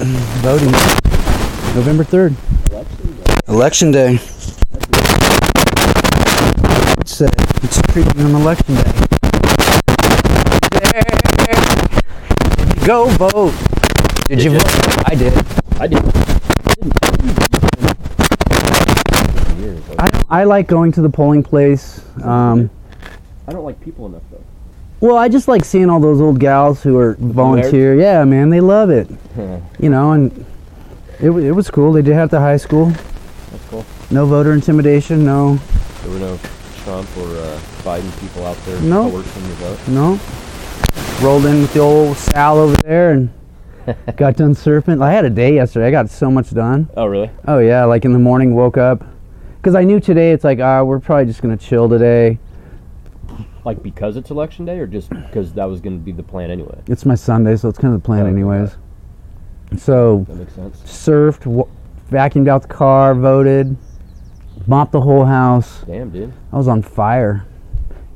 um, voting. November 3rd. Election day. It's, uh, it's treating on election day. Go vote. Did you vote? I did. I did. I, I like going to the polling place. Um, I don't like people enough though. well, I just like seeing all those old gals who are volunteer. Yeah, man, they love it. you know, and it, wa- it was cool. They did have the high school. That's cool. No voter intimidation. No, There were no Trump or uh, Biden people out there No. coercing your vote. no. Rolled in with the old Sal over there and got done surfing. I had a day yesterday. I got so much done. Oh really? Oh yeah, like in the morning, woke up because I knew today it's like ah, we're probably just gonna chill today. Like because it's election day, or just because that was going to be the plan anyway? It's my Sunday, so it's kind of the plan, Oh, anyways. So That makes sense. surfed, w- vacuumed out the car, voted, mopped the whole house. Damn, dude. I was on fire,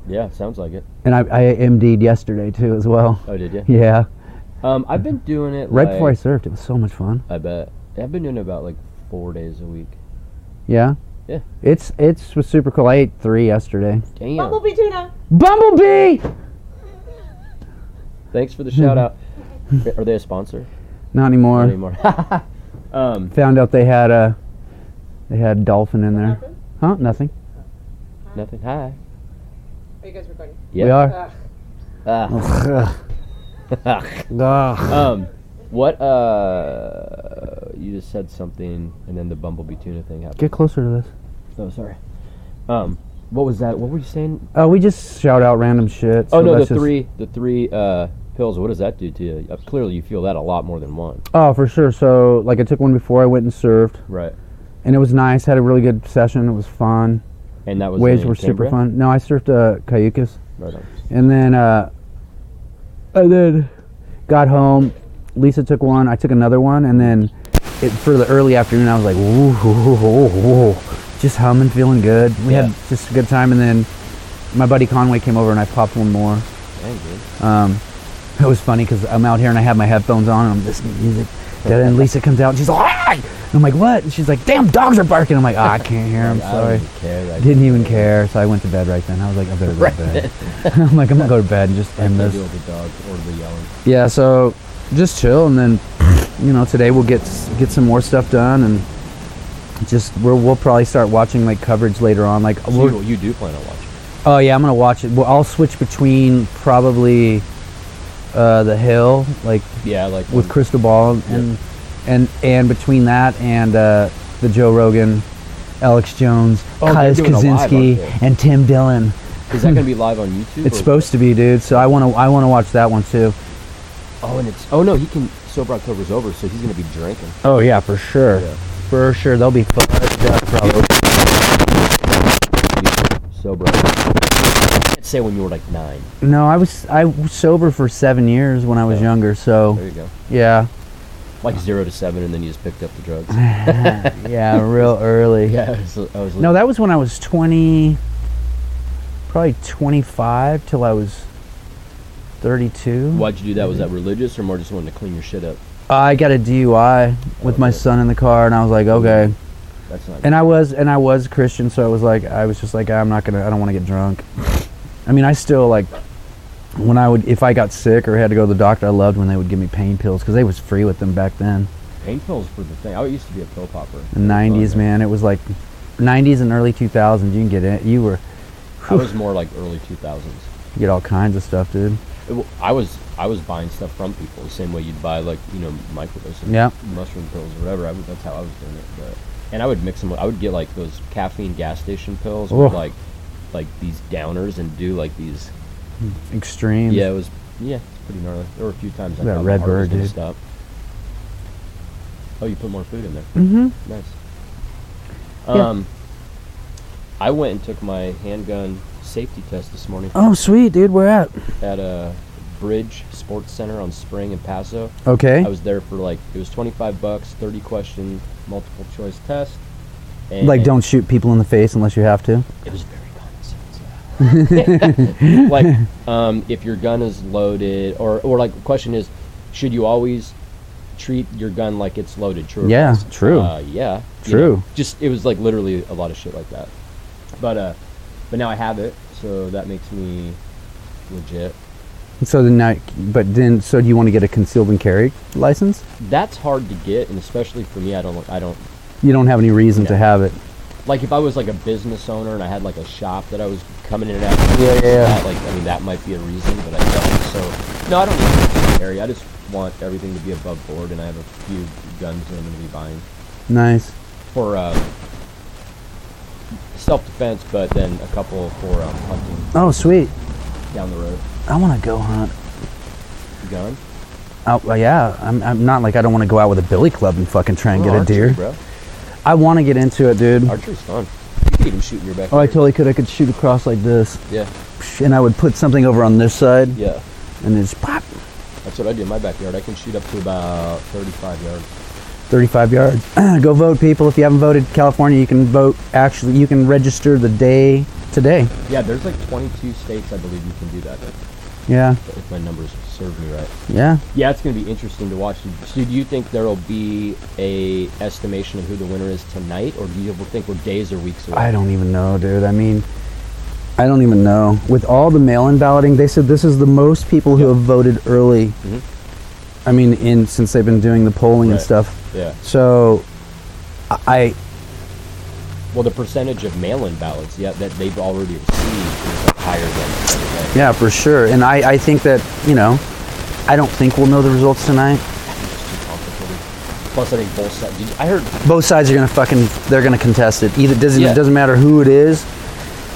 Yeah, sounds like it. and I, I MD'd yesterday too as well. Oh, did you? Yeah, Um, I've been doing it right like- before I surfed, it was so much fun. I bet. I've been doing it about like four days a week. Yeah. Yeah. It's it's was super cool. I ate three yesterday. Damn. Bumblebee tuna. Bumblebee. Thanks for the shout out. Are they a sponsor? Not anymore. Not anymore. um, Found out they had a they had dolphin in there. Huh? Nothing. nothing. Hi. Are you guys recording? We Yeah. are. Uh, Ah. Ugh. um, what? Uh, you just said something, and then the bumblebee tuna thing happened. Get closer to this. Oh, sorry. Um, what was that? What were you saying? Oh, we just shout out random shit. Oh so no, the that's just- three, the three uh, pills. What does that do to you? Uh, clearly, you feel that a lot more than one. Oh, for sure. So like I took one before I went and surfed, Right. and it was nice. Had a really good session. It was fun. And that was Waves in were super Cambria? fun. No, I surfed uh, Cayucas, Right on. and then uh, and then got home. Lisa took one. I took another one, and then it, for the early afternoon, I was like, "Ooh, ooh, ooh, ooh, ooh," just humming, feeling good. We Yeah. had just a good time, and then my buddy Conway came over, and I popped one more. Dang, dude. Um, it was funny because I'm out here and I have my headphones on and I'm listening to music. And then Lisa comes out and she's like, "Hey!" And I'm like, what? And she's like, damn, dogs are barking. I'm like, ah, I can't hear them. I Sorry. don't even care. Like, Didn't even care. So I went to bed right then. I was like, I better go to bed. I'm like, I'm going to go to bed and just I end deal this. with the dogs or the yelling. Yeah, so just chill. And then, you know, today we'll get get some more stuff done and just we're, we'll probably start watching like coverage later on. Like, So we'll- you, you do plan on watching. Oh yeah, I'm gonna watch it. Well, I'll switch between probably uh, the Hill, like Yeah, like um, with Crystal Ball, and and and between that and uh, the Joe Rogan, Alex Jones, Oh, they're Kyle doing a live, aren't Kaczynski, they? and Tim Dillon. Is that gonna be live on YouTube? It's or- supposed to be, dude. So I wanna I wanna watch that one too. Oh, and it's. Oh no, he can. Sober October's over, so he's gonna be drinking. Oh yeah, for sure, Yeah. for sure. They'll be fucked up, probably. Sober. October. Let's say when you were like nine. No, I was I was sober for seven years when I was Yeah. younger. There So you go. yeah, Like zero to seven, and then you just picked up the drugs. yeah, real early. yeah, I was, I was. No, that was when I was 20, probably 25 till I was 32. Why'd you do that? Was that religious or more just wanting to clean your shit up? I got a DUI with my Okay. son in the car, and I was like, okay. That's not. And I was and I was Christian, so I was like, I was just like, I'm not gonna, I don't want to get drunk. I mean, I still like when I would, if I got sick or had to go to the doctor, I loved when they would give me pain pills because they was free with them back then. pain pills were the thing. I used to be a pill popper. The 90s, Okay. man, it was like 90s and early 2000s. You can get it. You were I was more like early two thousands. you get all kinds of stuff, dude. I was I was buying stuff from people the same way you'd buy like you know microdosing Yeah. mushroom pills or whatever. I would, that's how I was doing it. But, and I would mix them. with- I would get like those caffeine gas station pills Ugh. with like like these downers and do like these. Extremes. Yeah, it was yeah, it's pretty gnarly. There were a few times I That thought Red my heart was Bird, gonna dude. Stop. Oh, you put more food in there. Mm-hmm. Nice. Yeah. Um, I went and took my handgun safety test this morning Oh, sweet, dude. We're at? at a Bridge Sports Center on Spring in Paso. Okay. I was there for like it was 25 bucks, 30 question multiple choice test. And like, don't shoot people in the face unless you have to. It was very common sense. like, um, if your gun is loaded, or or like, the question is, should you always treat your gun like it's loaded. True. or Yeah, false? true. Uh, yeah. you True. know, just it was like literally a lot of shit like that. But uh, but now I have it, so that makes me legit. So then, now, but then, so do you want to get a concealed and carry license? That's hard to get, and especially for me, I don't. I don't You don't have any reason to No. have it. like if I was like a business owner and I had like a shop that I was coming in and out. of, Yeah, yeah, yeah. That, like I mean that might be a reason, but I don't. So no, I don't need to carry. I just want everything to be above board, and I have a few guns that I'm going to be buying Nice. for uh, self defense, but then a couple for um, hunting Oh, sweet. down the road. I want to go hunt. You gone? Oh, well, yeah. I'm, I'm not like I don't want to go out with a billy club and fucking try and Oh, get a archery, deer. bro. I want to get into it, dude. Archery's fun. You can even shoot in your backyard. Oh, I totally could. I could shoot across like this, Yeah, and I would put something over on this side, yeah. and it's pop, That's what I do in my backyard. I can shoot up to about 35 yards. 35 yards. Go vote, people. If you haven't voted, California, you can vote. Actually, you can register the day today. Yeah, there's like 22 states I believe you can do that. Yeah, if my numbers serve me right. yeah. Yeah, it's going to be interesting to watch. So, do you think there will be a estimation of who the winner is tonight, or do you think we're days or weeks away? I don't even know, dude. I mean, I don't even know. With all the mail-in balloting, they said this is the most people who Yeah. have voted early. Mhm. I mean, in since they've been doing the polling and Right. stuff. Yeah. So, I Well, the percentage of mail-in ballots, yeah, that they've already received is like higher than. yeah, for sure. And I I think that you know, I don't think we'll know the results tonight. It's too complicated. Plus, I think both sides. Did, I heard. Both sides are gonna fucking they're gonna contest it. Either doesn't Yeah. it doesn't matter who it is.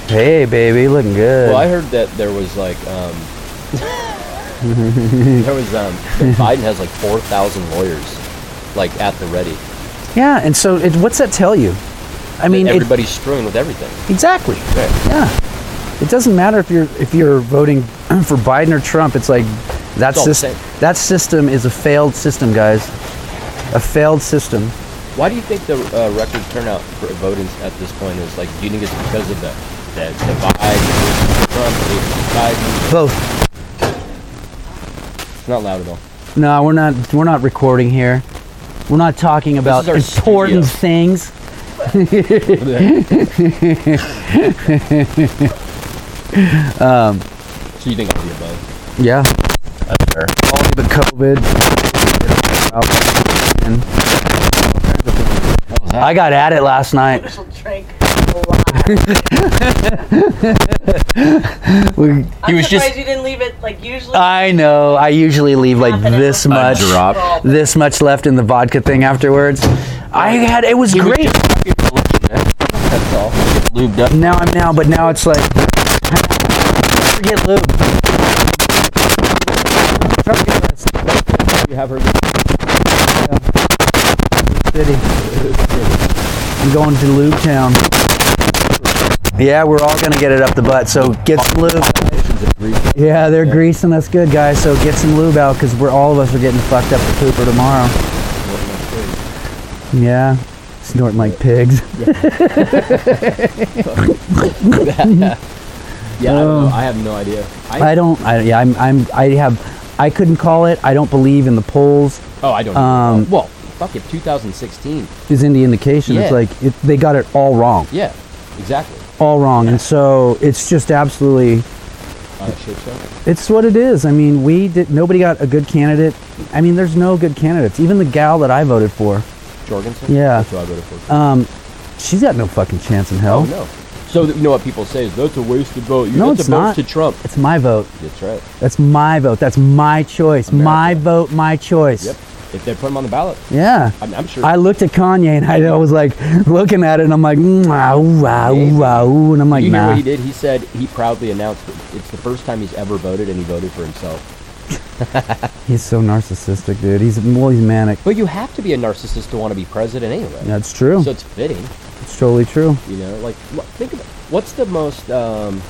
Hey, baby, looking good. Well, I heard that there was like. Um, there was um, that Biden has like four thousand lawyers, like at the ready. yeah, and so it, what's that tell you? I mean, it, everybody's strewn with everything. Exactly. Right. Yeah. It doesn't matter if you're if you're voting for Biden or Trump. It's like that It's all the system. same. That system is a failed system, guys. A failed system. Why do you think the uh, record turnout for voters at this point is like? Do you think it's because of the the divide, versus Trump, versus Biden? Both. It's not loud at all. No, we're not. We're not recording here. We're not talking about is our important studio. things. so you think I'll be above? Yeah. Um, That's fair. Only but COVID. I got at it last night. She'll drink a lot. We- I'm was surprised just- Uh, you didn't leave it like usually. I know. I usually leave like Confident this with much, drop. this much left in the vodka thing afterwards. I had it was great. That's all. Lubed up. now I'm now, but now it's like forget lube. Try to get this You have her. city. I'm going to Lube Town. Yeah, we're all gonna get it up the butt. So get some lube. Yeah, they're greasing us good, guys. So get some lube out because we're all of us are getting fucked up with pooper tomorrow. Yeah, snorting like pigs. Yeah, I don't know. I have no idea. I, Oh. I don't. I, yeah, I'm. I'm. I have. I couldn't call it. I don't believe in the polls. oh, I don't. um, know. Well, fuck it. 2016. Is any indication. It's Yeah. like it, they got it all wrong. Yeah, exactly. All wrong. And so it's just absolutely. Uh, shit show. It's what it is. I mean, we did. Nobody got a good candidate. I mean, there's no good candidates. Even the gal that I voted for, Jorgensen. Yeah. Um, That's who I voted for. she's got no fucking chance in hell. oh no. So th- you know what people say is that's a wasted vote. You No, that's it's a vote not. to Trump. It's my vote. That's right. That's my vote. That's my choice. My America. vote. My choice. Yep. If they put him on the ballot, Yeah. I'm, I'm sure. I looked at Kanye and I was like looking at it and I'm like, "Mm, wow, wow, wow, and I'm like, you hear nah. what he did? He said he proudly announced that it's the first time he's ever voted, and he voted for himself. He's so narcissistic, dude. He's well, he's manic. But you have to be a narcissist to want to be president anyway. That's true. So it's fitting, it's totally true. you know. Like, wh- think of what's the most, um,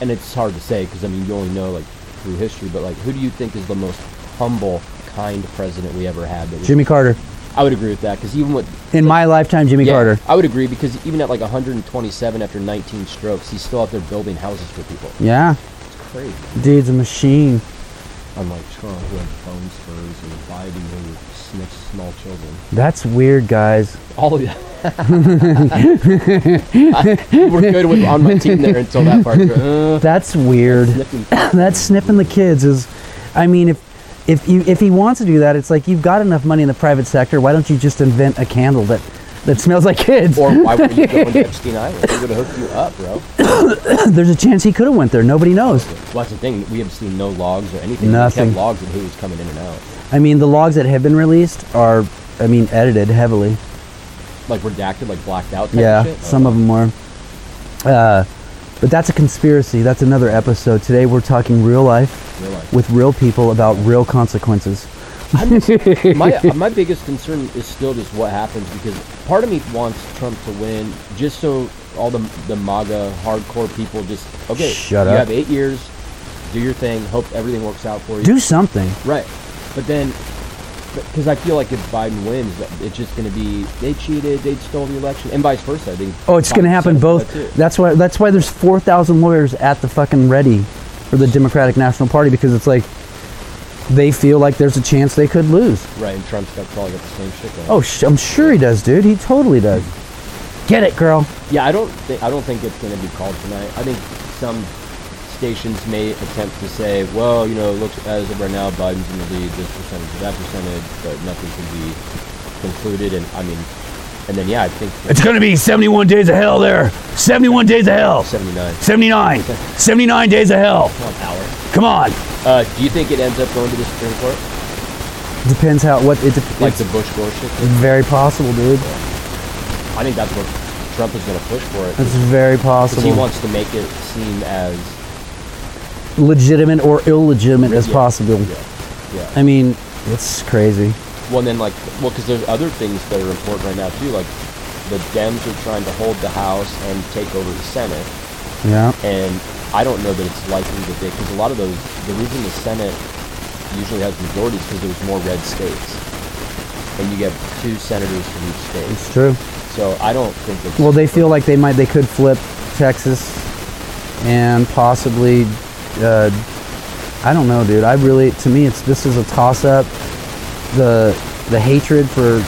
and it's hard to say because I mean you only know like through history. But like, who do you think is the most humble, kind president we ever had? That we- Jimmy Carter. I would agree with that because even with In my lifetime, Jimmy yeah, Carter. I would agree because even at like 127 after 19 strokes, he's still out there building houses for people. Yeah, It's crazy. dude's a machine. Unlike Trump, who had phone spurs, and Biden, who snitched small children. That's weird, guys. All of you. We're good with on my team there until that part. Uh, That's weird. sniffing- That's sniffing the kids is, I mean, if if you if he wants to do that, it's like you've got enough money in the private sector. Why don't you just invent a candle that that smells like kids? Or why would you go into Epstein Island? They would have hooked you up, bro. There's a chance he could have went there. Nobody knows. Well, that's the thing. We have seen no logs or anything. We Nothing. kept logs of who was coming in and out. I mean, the logs that have been released are, I mean, edited heavily. Like redacted, like blacked out type Yeah, of shit. some of them were. Uh, but that's a conspiracy. That's another episode. Today we're talking real life Real life. with real people about real consequences. my my biggest concern is still just what happens because part of me wants Trump to win just so all the the MAGA hardcore people just okay. Shut you up. have eight years, do your thing. Hope everything works out for you. Do something. Right, but then because I feel like if Biden wins, that it's just going to be they cheated, they stole the election, and vice versa. I think. Oh, it's going to Biden happen said both. that too. That's why. That's why there's four thousand lawyers at the fucking ready for the Democratic National Party because it's like they feel like there's a chance they could lose. Right, and Trump's got probably got the same shit going. Oh, sh- I'm sure he does, dude. He totally does. Get it, girl. Yeah, I don't think I don't think it's going to be called tonight. I think some stations may attempt to say, well, you know, look as of right now, Biden's in the lead, this percentage, that percentage, but nothing can be concluded. And I mean, and then yeah, I think It's going to be 71 days of hell there. 71 days of hell. 79 79. 79 days of hell. Trump hour. Come on. Uh, do you think it ends up going to the Supreme Court, Depends how what it dep- like it's the Bush Gore shit? thing? very possible, dude. I think that's what Trump is going to push for it. It's very 'cause He possible. wants to make it seem as Legitimate or illegitimate as Yeah, possible. Yeah, yeah. I mean, it's crazy. Well, and then like, well, because there's other things that are important right now too. Like, the Dems are trying to hold the House and take over the Senate, Yeah. and I don't know that it's likely that they, because a lot of those, the reason the Senate usually has majorities because there's more red states, and you get two senators from each state. It's true. So I don't think it's Well, they feel like they might they could flip Texas and possibly uh, I don't know, dude. I really to me it's this is a toss up. The the hatred for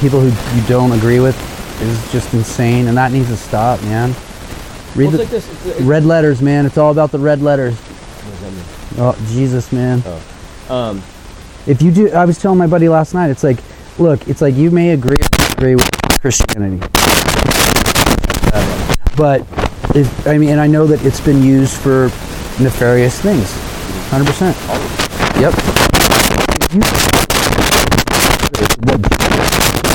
people who you don't agree with is just insane and that needs to stop, man. Well, Read it's the like this. It's, it's, red letters, man. It's all about the red letters. what does that mean? Oh, Jesus, man. Oh. Um, If you do, I was telling my buddy last night, it's like, look, it's like you may agree or disagree with Christianity. Uh, But, if, I mean, and I know that it's been used for nefarious things. 100%. Yep.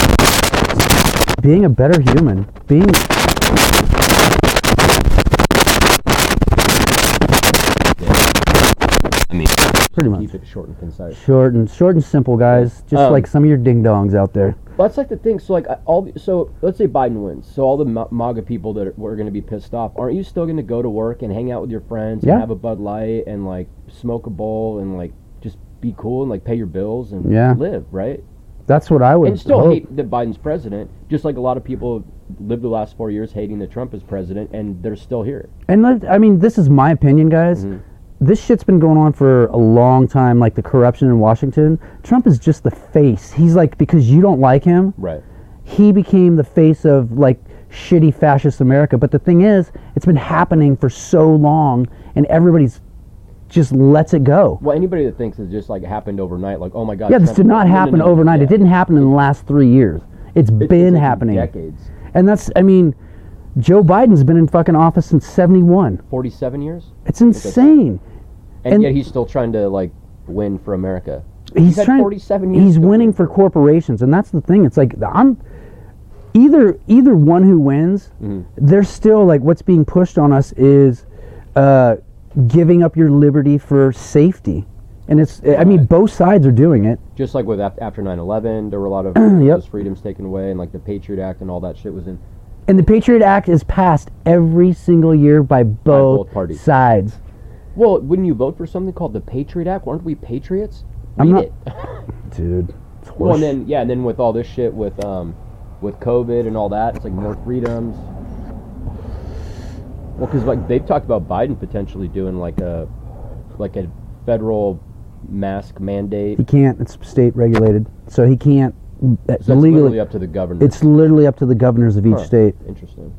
You- Being a better human, being I mean, pretty much keep it short and concise. short and short and simple, guys. Just Um, like some of your ding dongs out there. Well, that's like the thing. So like I- all, the- so let's say Biden wins. So all the Ma- MAGA people that are, were going to be pissed off, aren't you still going to go to work and hang out with your friends Yeah. and have a Bud Light and like smoke a bowl and like just be cool and like pay your bills and Yeah. live right? That's what I would. And still hope. hate that Biden's president, just like a lot of people lived the last four years hating that Trump is president, and they're still here. And let, I mean, this is my opinion, guys. This shit's been going on for a long time, like the corruption in Washington. Trump is just the face. He's like, because you don't like him, Right. he became the face of like shitty fascist America. But the thing is, it's been happening for so long, and everybody's just lets it go. Well, anybody that thinks it just like happened overnight, like oh my god. Yeah, this Trump- did not No, no, happen no, no, overnight. It yeah. didn't happen in the last three years. It's It's been taken happening. Decades. And that's, I mean, Joe Biden's been in fucking office since 71. Forty-seven years. It's insane. and, And- yet he's still trying to like win for America. he's had trying, 47 years. He's to winning win. for corporations, and that's the thing. It's like I'm either either one who wins. Mm-hmm. They're still like what's being pushed on us is uh, giving up your liberty for safety, and it's. I mean, Right. both sides are doing it. just like with af- after 9/11, there were a lot of Yep. those freedoms taken away, and like the Patriot Act and all that shit was in. And the Patriot Act is passed every single year by both, both parties. sides. Well, wouldn't you vote for something called the Patriot Act? Aren't we patriots? I'm Read not- It. Dude, it's Well, horse. and then yeah, and then with all this shit with um, with COVID and all that, it's like more freedoms. Well, because like they've talked about Biden potentially doing like a, like a federal mask mandate. He can't. It's state regulated, so he can't. uh, So it's legally, literally up to the governor. it's literally up to the governors of each Huh. state. interesting.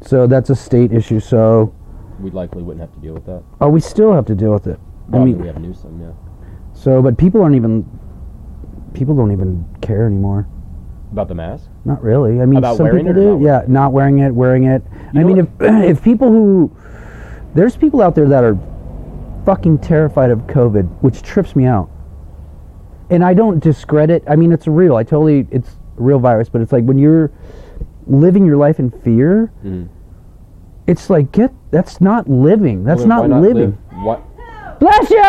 So that's a state issue. So We likely wouldn't have to deal with that. oh, we still have to deal with it. I Well, I mean- mean, we have Newsom, yeah. So, but people aren't even. People don't even care anymore. About the mask? Not really. I mean, About some wearing people it or do. not wearing yeah, not wearing it, wearing it. You I know mean, if if people who there's people out there that are fucking terrified of COVID, which trips me out. And I don't discredit. I mean, it's real. I totally. It's a real virus, but it's like when you're living your life in fear. Mhm. It's like get that's not living. That's Well, then why not, living. Live, why, Bless you.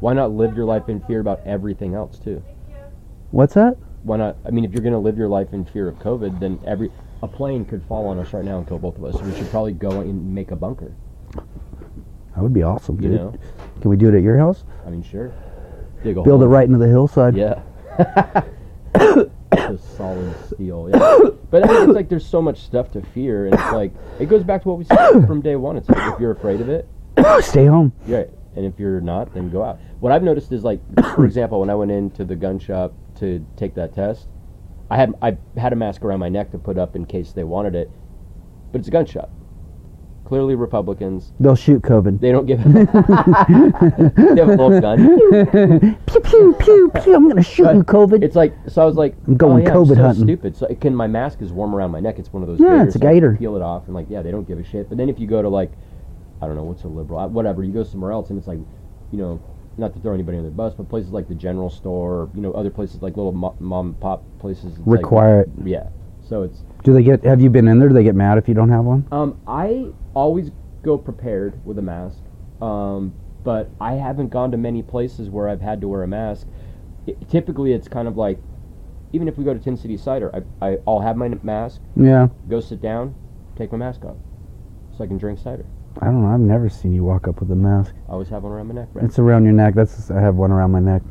why not live your life in fear about everything else, too? What's that? Why not? I mean, if you're going to live your life in fear of COVID, then every. A plane could fall on us right now and kill both of us. We should probably go and make a bunker. That would be awesome, You dude. know, Can we do it at your house? I mean, sure. Dig a Build it hole. right into the hillside. Yeah. Just solid steel. Yeah. But I mean, it's like there's so much stuff to fear, and it's like it goes back to what we said from day one. It's like if you're afraid of it, Stay home. you're right. And if you're not, then go out. What I've noticed is like, for example, when I went into the gun shop to take that test, I had I had a mask around my neck to put up in case they wanted it, but it's a gun shop. Clearly Republicans. They'll shoot COVID. They don't give. they have a little gun. pew pew pew pew. I'm gonna shoot you, But COVID. It's like so. I was like, I'm going oh, yeah, COVID I'm so hunting. Stupid. So it can my mask is warm around my neck. It's one of those. Yeah, gaiters, it's a so I can gaiter. peel it off and like yeah, they don't give a shit. But then if you go to like, I don't know what's a liberal, uh, whatever. You go somewhere else and it's like, you know, not to throw anybody on the bus, but places like the general store, you know, other places like little mo- mom and pop places it's like- Require it. yeah. So it's Do they get? Have you been in there? Do they get mad if you don't have one? um, I always go prepared with a mask, um, but I haven't gone to many places where I've had to wear a mask. I typically, it's kind of like, even if we go to Tin City Cider, I, I, I'll have my n- mask, Yeah. go sit down, take my mask off, so I can drink cider. I don't know. I've never seen you walk up with a mask. I always have one around my neck. Right? It's around your neck. That's. I have one around my neck.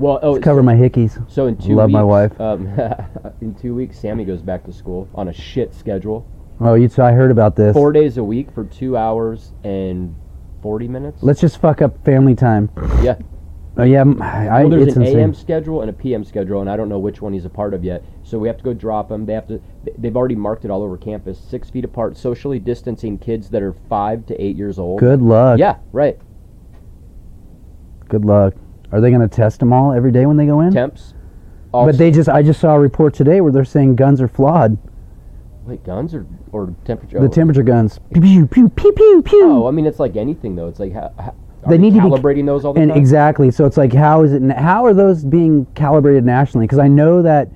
Well, oh, Just cover my hickeys. so in two Love weeks, my wife. Um, in two weeks, Sammy goes back to school on a shit schedule, Oh, you. So I heard about this. four days a week for two hours and forty minutes. Let's just fuck up family time. Yeah. Oh yeah. m- I, Well, there's it's an insane. AM schedule and a PM schedule, and I don't know which one he's a part of yet. So we have to go drop him. They have to. th- They've already marked it all over campus, six feet apart, socially distancing kids that are five to eight years old. Good luck. Yeah, right. Good luck. Are they gonna test them all every day when they go in? Temps. All But they just. I just saw a report today where they're saying guns are flawed. wait, guns or or temperature. The temperature guns. Pew pew pew pew pew. pew. Oh, I mean it's like anything though. It's like how, how, are They need to be- calibrating those all the And time. exactly. So it's like, how is it? How are those being calibrated nationally? Because I know that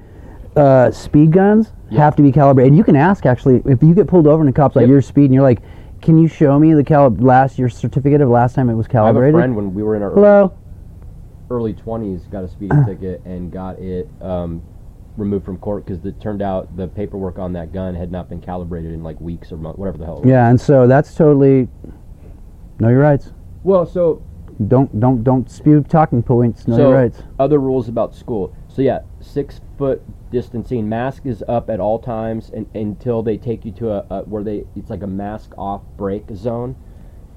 uh, speed guns Yeah. have to be calibrated. And you can ask actually if you get pulled over and the cops like Yep. your speed, and you're like, "Can you show me the calib last your certificate of last time it was I have a calibrated?" friend when we were in our early- Hello. Uh. early 20s got a speeding ticket and got it um, removed from court because it turned out the paperwork on that gun had not been calibrated in like weeks or months, whatever the hell. It was. Yeah, and so that's totally. Know your rights. Well, so Don't don't don't spew talking points. Know so your rights. other rules about school. So yeah, six foot distancing, mask is up at all times and, until they take you to a, a where they it's like a mask off break zone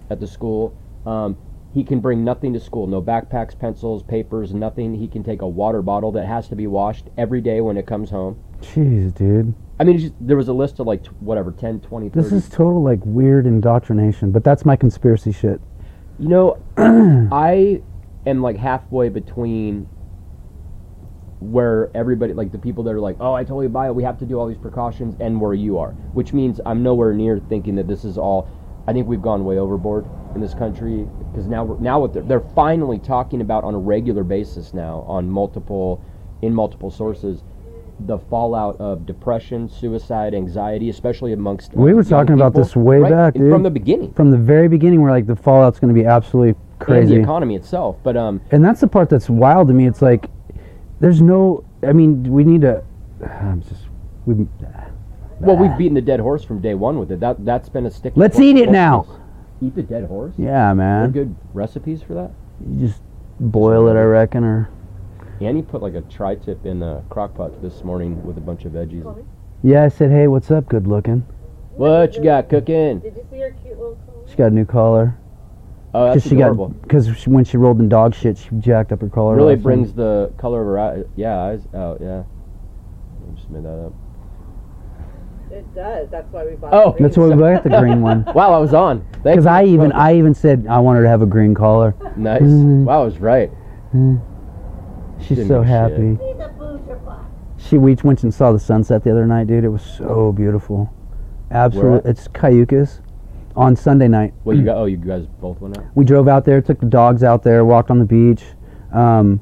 at the school. Um, he can bring nothing to school, no backpacks, pencils, papers, nothing. He can take a water bottle that has to be washed every day when it comes home. Jeez, dude, I mean, it's just, there was a list of like t- whatever 10, 20, 30. this is total like weird indoctrination. But that's my conspiracy shit. You know, I am like halfway between where everybody, like the people that are like, oh, I totally buy it, we have to do all these precautions, and where you are, which means I'm nowhere near thinking that this is all. I think we've gone way overboard in this country because now, we're, now what they're, they're finally talking about on a regular basis now on multiple, in multiple sources, the fallout of depression, suicide, anxiety, especially amongst. uh, We were young talking about people, this way right? back, And from dude. the beginning. From the very beginning, we're like the fallout's going to be absolutely and crazy. the economy itself. But um, and that's the part that's wild to me. It's like there's no. I mean, we need to. I'm just. We, well, we've beaten the dead horse from day one with it. That that's been a stick. Let's eat it now. Eat the dead horse. yeah, There are man. good recipes for that. You just boil it, I reckon, or Annie put like a tri-tip in the crock pot this morning with a bunch of veggies. yeah. I said, hey, what's up? Good looking. What you got cooking? Did you see her cute little cone? She got a new collar. Oh, that's she adorable. got because when she rolled in dog shit, she jacked up her collar. really off and- brings the color of her eye, yeah, eyes out. Yeah, I just made that up. It does. That's why we bought. Oh, the That's green why we stuff. got the green one. Wow, I was on. Thank Because you. I even I even said I want her to have a green collar. nice. Mhm. Wow, I was right. She's Didn't so give a happy. He's a boozer box. She we went and saw the sunset the other night, dude. It was so beautiful. Where Absolutely, at? it's Cayucas on Sunday night. Well, you got. Oh, you guys both went out. We drove out there, took the dogs out there, walked on the beach. Um,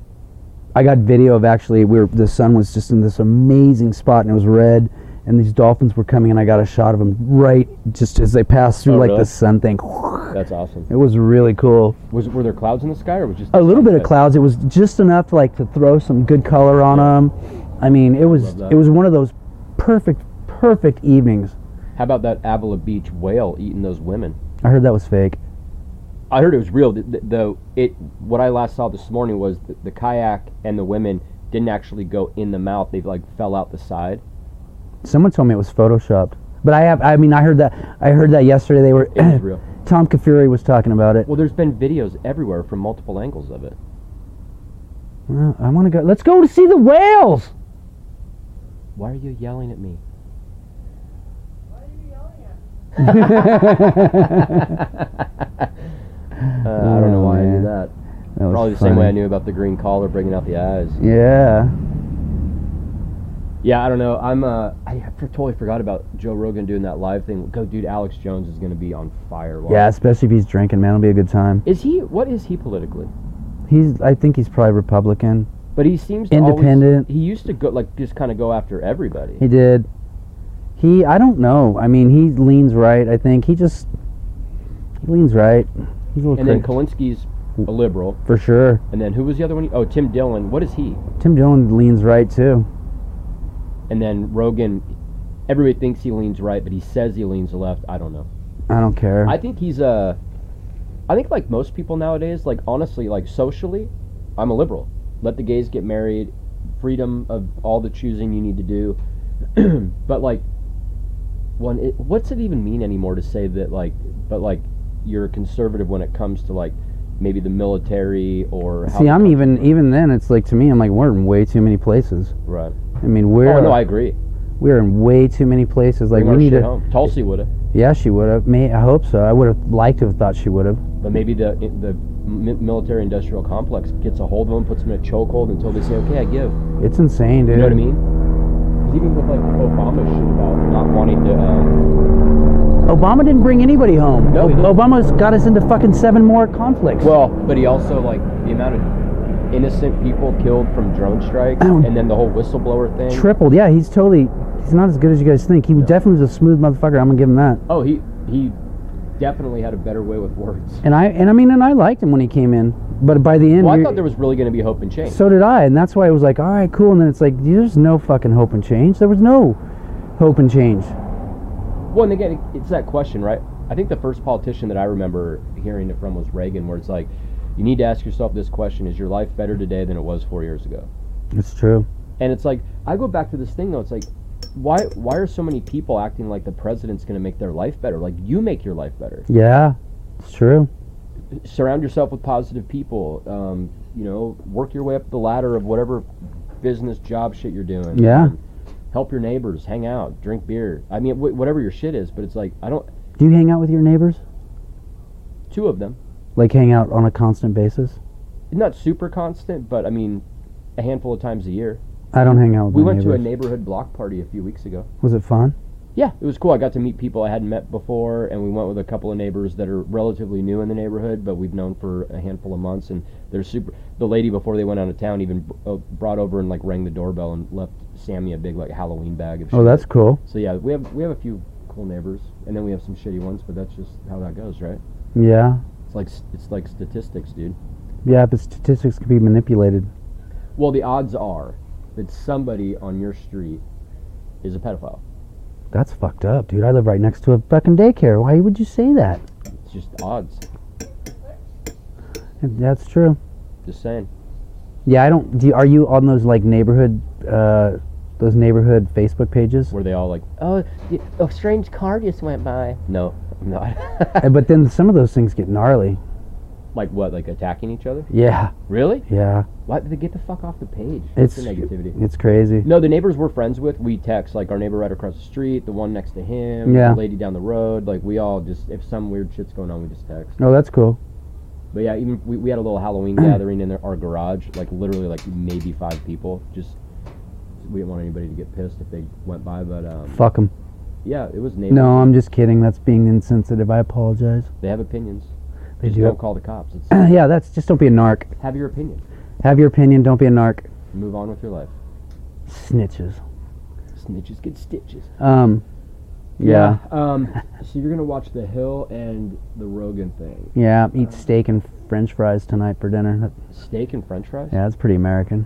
I got video of actually we were the sun was just in this amazing spot and it was red, and these dolphins were coming and I got a shot of them right just as they passed through Oh, like really? the sun thing. That's awesome. It was really cool. Was were there clouds in the sky or was just a little bit of Okay. clouds. It was just enough like to throw some good color on them. I mean, it was Love that. it was one of those perfect perfect evenings. How about that Avila Beach whale eating those women? I heard that was fake. I heard it was real. The, the, the it what I last saw this morning was the, the kayak and the women didn't actually go in the mouth. They like fell out the side. Someone told me it was photoshopped. But I have I mean, I heard that I heard that yesterday they were It was real. Tom Kafuri was talking about it. Well, there's been videos everywhere from multiple angles of it. Well, I want to go. Let's go to see the whales. Why are you yelling at me? Uh, I don't know Oh, why I man. knew that. That was Probably the same way I funny. knew about the green collar bringing out the eyes. Yeah. Yeah, I don't know. I'm uh, I for- totally forgot about Joe Rogan doing that live thing. Go, dude. Alex Jones is gonna be on fire. while- Yeah, especially if he's drinking, man, it'll be a good time. Is he? What is he politically? He's I think he's probably Republican. But he seems to Independent. Always, he used to go like just kind of go after everybody. He did. He I don't know. I mean, he leans right, I think. He just he leans right. He's a little and then cra- Kalinske's a liberal. for sure. And then who was the other one? Oh, Tim Dillon. What is he? Tim Dillon leans right too. And then Rogan. Everybody thinks he leans right, but he says he leans left. I don't know. I don't care. I think he's a. I think like most people nowadays, like honestly, like socially, I'm a liberal. Let the gays get married, freedom of all the choosing you need to do. but like, one, it, what's it even mean anymore to say that like, but like, you're a conservative when it comes to like, maybe the military or how See, the I'm country- even e- even then it's like to me I'm like we're in way too many places. right. I mean, we're Oh no, I agree. we're in way too many places like Bring we our need shit to home. Tulsi would have, Yeah, she would have. May I hope so. I would have liked to have thought she would have. but maybe the the military-industrial complex gets a hold of them, puts them in a chokehold until they say, okay, I give. It's insane, dude. You know what I mean? 'Cause even with like Obama shit about not wanting to, um, Obama didn't bring anybody home. No, he didn't. Obama's got us into fucking seven more conflicts. well, but he also like the amount of innocent people killed from drone strikes, and then the whole whistleblower thing. tripled. Yeah, he's totally. He's not as good as you guys think. He definitely was a smooth motherfucker. I'm gonna give him that. oh, he he definitely had a better way with words. And I and I mean and I liked him when he came in, but by the end, Well, I you're- thought there was really going to be hope and change. so did I, and that's why it was like, all right, cool. And then it's like, there's no fucking hope and change. There was no hope and change. Well, and again, it's that question, right? I think the first politician that I remember hearing it from was Reagan, where it's like, you need to ask yourself this question: Is your life better today than it was four years ago? It's true. And it's like I go back to this thing though. It's like why why are so many people acting like the president's going to make their life better? Like you make your life better. Yeah, it's true. Surround yourself with positive people. Um, you know, work your way up the ladder of whatever business job shit you're doing. Yeah. Um, help your neighbors, hang out, drink beer. I mean, wh- whatever your shit is, but it's like I don't Do you hang out with your neighbors? two of them. Like hang out on a constant basis? Not super constant, but I mean a handful of times a year. I don't hang out with We my went to a neighbors. neighborhood block party a few weeks ago. Was it fun? Yeah, it was cool. I got to meet people I hadn't met before, and we went with a couple of neighbors that are relatively new in the neighborhood, but we've known for a handful of months, and they're super. The lady before they went out of town even b- uh, brought over and like rang the doorbell and left Sammy a big like Halloween bag of. Shit. Oh, that's cool. So yeah, we have we have a few cool neighbors, and then we have some shitty ones, but that's just how that goes, right? Yeah. It's like s- it's like statistics, dude. Yeah, but statistics can be manipulated. Well, the odds are that somebody on your street is a pedophile. That's fucked up, dude. I live right next to a fucking daycare. Why would you say that? It's just odds. That's true. Just saying. Yeah, I don't. Do you, are you on those like neighborhood, uh, those neighborhood Facebook pages? Were they all like, oh, y- a strange car just went by? No, I'm not. Uh, but then some of those things get gnarly. Like what? Like attacking each other? Yeah, Really? yeah. Why did they get the fuck off the page? It's That's the negativity. It's crazy. No, the neighbors we're friends with, we text like our neighbor right across the street, the one next to him, Yeah. the lady down the road. Like we all just if some weird shit's going on, we just text. Oh, that's cool. But yeah, even we, we had a little Halloween gathering in our garage, like literally like maybe five people. Just we didn't want anybody to get pissed if they went by, but um, Fuck them. yeah, it was neighbors. No, I'm just kidding. That's being insensitive. I apologize. They have opinions. They just do. not call the cops. It's, yeah, that's just don't be a narc. have your opinion. Have your opinion. Don't be a narc. Move on with your life. Snitches. Snitches get stitches. Um. Yeah. Um, so you're gonna watch The Hill and the Rogan thing. Yeah. Eat steak and French fries tonight for dinner. That- Steak and French fries. Yeah, that's pretty American.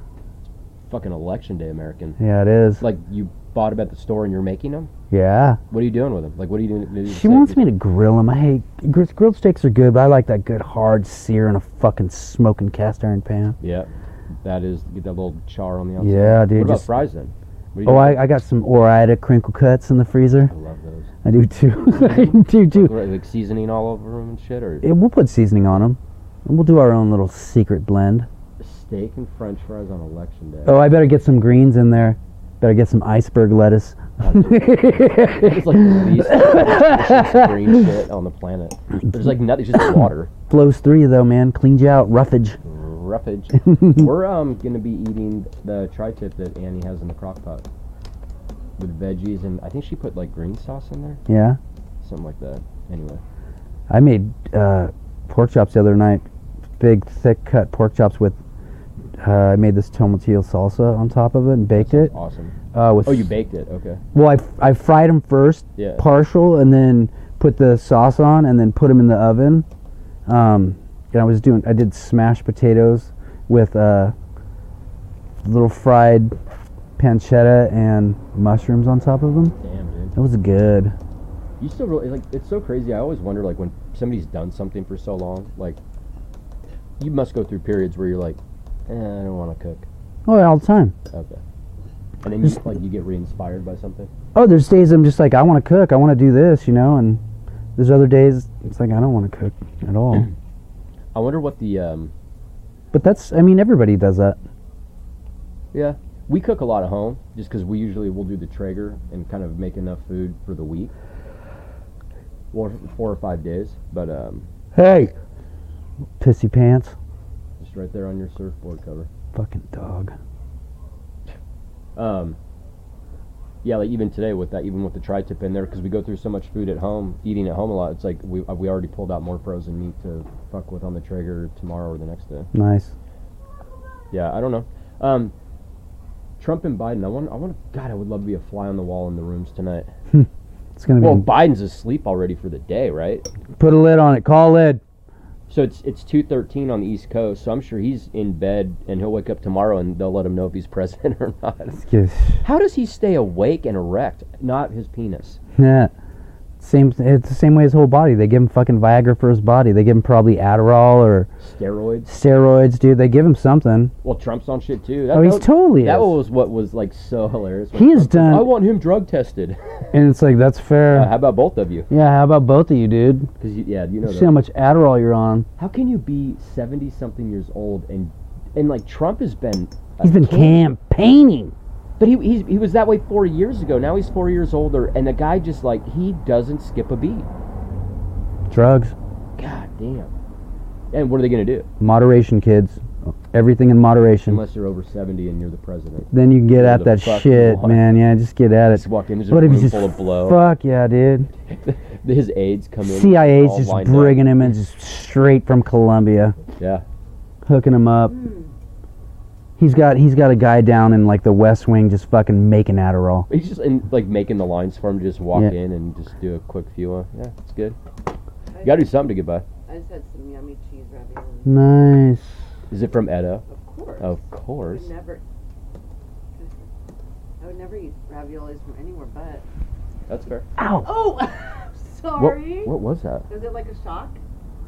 Fucking election day, American. Yeah, it is. Like you bought them at the store and you're making them. Yeah. What are you doing with them? Like what are you doing? doing She wants me to grill them. I hate gr- grilled steaks are good, but I like that good hard sear in a fucking smoking cast iron pan. Yeah, that is get that little char on the outside. Yeah, What dude. about just- fries then? What do oh, you I, I got some Orida crinkle cuts in the freezer. I love those. I do too. I do too. Like, like seasoning all over them and shit, or Yeah, we'll put seasoning on them. And we'll do our own little secret blend. steak and French fries on election day. Oh, I better get some greens in there. Better get some iceberg lettuce. It's like the least delicious green shit on the planet. There's like nothing, it's just water. Flows three though, man. Cleans you out. Roughage. Roughage. We're um gonna be eating the tri-tip that Annie has in the crock pot with veggies and I think she put like green sauce in there, Yeah. something like that. Anyway, I made uh, pork chops the other night. Big, thick cut pork chops with. Uh, I made this tomatillo salsa on top of it and baked it. awesome. Uh, with Oh, you baked it? Okay. Well, I, I fried them first, Yeah. partial, and then put the sauce on, and then put them in the oven. Um, and I was doing, I did smashed potatoes with uh, little fried pancetta and mushrooms on top of them. Damn, dude. That was good. You still really like it's so crazy. I always wonder like when somebody's done something for so long, like you must go through periods where you're like, eh, I don't want to cook. Oh, yeah, all the time. Okay. And then you, like you get re-inspired by something. Oh, there's days I'm just like, I want to cook, I want to do this, you know, and there's other days it's like, I don't want to cook at Mm. all. I wonder what the um but that's, I mean, everybody does that. yeah we cook a lot at home just because we usually will do the Traeger and kind of make enough food for the week, or four or five days. But um, Hey! Pissy pants. just right there on your surfboard cover. Fucking dog. Um, yeah, like even today with that, even with the tri-tip in there, because we go through so much food at home, eating at home a lot. It's like we uh, we already pulled out more frozen meat to fuck with on the Traeger tomorrow or the next day. Nice. Yeah, I don't know. Um, Trump and Biden. I want. I want. to God, I would love to be a fly on the wall in the rooms tonight. It's gonna Well, be Biden's asleep already for the day, right? put a lid on it. Call lid. So it's it's two thirteen on the East Coast. So I'm sure he's in bed and he'll wake up tomorrow and they'll let him know if he's president or not. How does he stay awake and erect? Not his penis. Yeah. Same. It's the same way his whole body. They give him fucking Viagra for his body. They give him probably Adderall or Steroids. steroids, dude. They give him something. Well, Trump's on shit too. Oh, he's totally That is. was what was like so hilarious. He is Trump was, done- I want him drug tested. And it's like that's fair. Uh, how about both of you? yeah. How about both of you, dude? Because you, yeah, you know. See how That. much Adderall you're on. How can you be seventy something years old and and like Trump has been. a He's been king. campaigning. But he he's, he was that way four years ago. Now he's four years older, and the guy just like he doesn't skip a beat. Drugs. God damn. And what are they gonna do? Moderation, kids. Everything in moderation. Unless you're over seventy and you're the president. then you can get You're at the that fucking shit, one. man. Yeah, just get at Just it. walk in, there's a What if room you just full of blow. fuck yeah, dude? His aides come in. CIA's all just lined up. bringing him in just straight from Colombia. Yeah. hooking him up. Mm. He's got he's got a guy down in like the West Wing just fucking making Adderall. He's just in, like making the lines for him to just walk Yeah. in and just do a quick few. uh, Yeah, it's good. I You gotta do just- something to get by. I just had some yummy cheese ravioli. Nice. Is it from Edo? Of course. Of I course. would never. I would never eat raviolis from anywhere but. That's fair. Ow. Oh, What, sorry. what was that? Was it like a shock?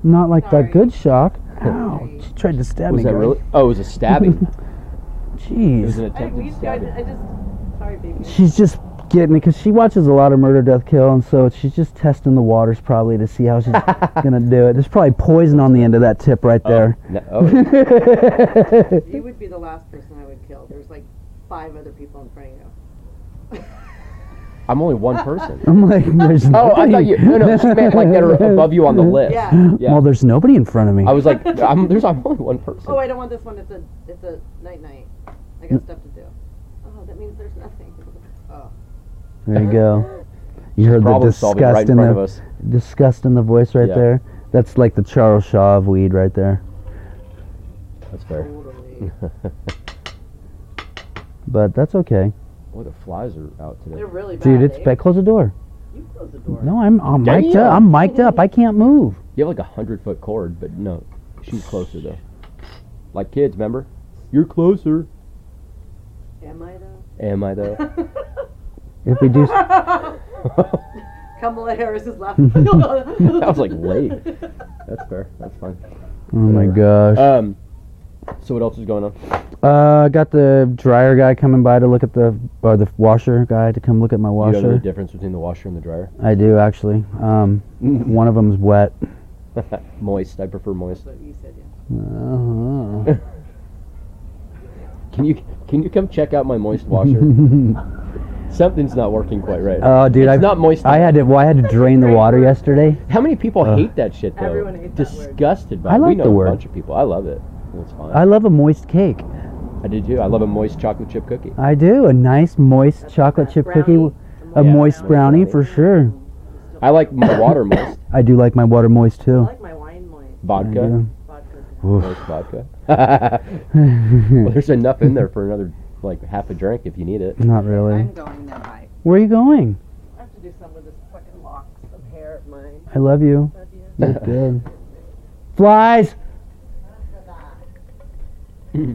Not like Sorry. that good shock. Ow. Sorry. She tried to stab Was me. that guys. really? Oh, it was a stabbing. it was Jeez. an I didn't attempted mean to. I, stabbing. ju- I just. Sorry, baby. She's just getting it because she watches a lot of murder, death, kill, and so she's just testing the waters probably to see how she's gonna do it. There's probably poison on the end of that tip right there. No, oh, You would be the last person I would kill. There's like five other people in front of you. I'm only one person. I'm like, there's Oh, nobody. I thought you. No, no, she meant like that are above you on the list. Yeah. yeah. Well, there's nobody in front of me. I was like, I'm, there's I'm only one person. Oh, I don't want this one. It's a it's a night night. I Hmm. got stuff to do. Oh, that means there's nothing. Oh, there you go. You heard the Problem disgust solving right in in front the of us. disgust in the voice right Yeah. there. That's like the Charles Shaw of weed right there. That's fair. totally. But that's okay, Boy, the flies are out today. They're really bad. dude. It's eh? bad. Close the door. You close the door. No, I'm I'm mic'd Damn. up. I'm mic'd up. I can't move. You have like a hundred foot cord, but no, she's closer though. Like kids, remember? You're closer. Am I though? Am I though? If we do, s- Kamala Harris is laughing. that I was like, wait. That's fair. That's fine. oh my gosh. Um, so what else is going on? Uh, I got the dryer guy coming by to look at the or the washer guy to come look at my You don't know washer. the difference between the washer and the dryer? I do actually. Um, Mm-hmm. one of them's wet. Moist. I prefer moist. What you said, yeah. Uh-huh. Can you can you come check out my moist washer? Something's not working quite right. Oh, dude, it's I not moist. I had to. Well, I had to drain the water yesterday. How many people Ugh. hate that shit though? Everyone hates that word. Disgusted by I it. we like know the a word. bunch of people. I love it. It's fine. I love a moist cake. I do too. I love a moist chocolate chip cookie. I do a nice moist chocolate chip cookie, w- a Yeah. moist brownie for sure. I like my water moist. I do like my water moist I too. like my wine moist I Vodka. do. vodka. Oof. Moist vodka. well, there's enough in there for another like half a drink if you need it. Not really. I'm going that high. Where are you going? I have to do something with this fucking locks of hair of mine. I love you. Love you. You're good. Flies. Rude, Hmm.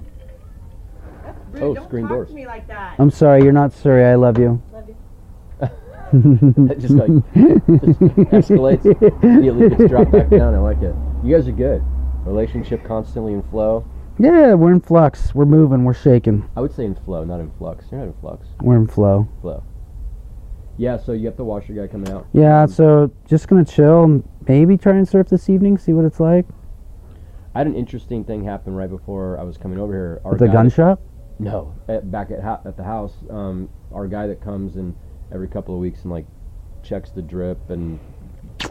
Oh, don't screen talk doors. to me like that. I'm sorry. You're not sorry. I love you. Love you. It just like just escalates. Immediately gets dropped back down. I like it. You guys are good. Relationship constantly in flow. Yeah, we're in flux. We're moving. We're shaking. I would say in flow, not in flux. You're not in flux. We're in flow. Yeah. So you have to wash your guy coming out. Yeah. So just gonna chill. and Maybe try and surf this evening. See what it's like. I had an interesting thing happen right before I was coming over here. Our At the guy- gun shop. No, at, back at ho- at the house, um, our guy that comes in every couple of weeks and like checks the drip and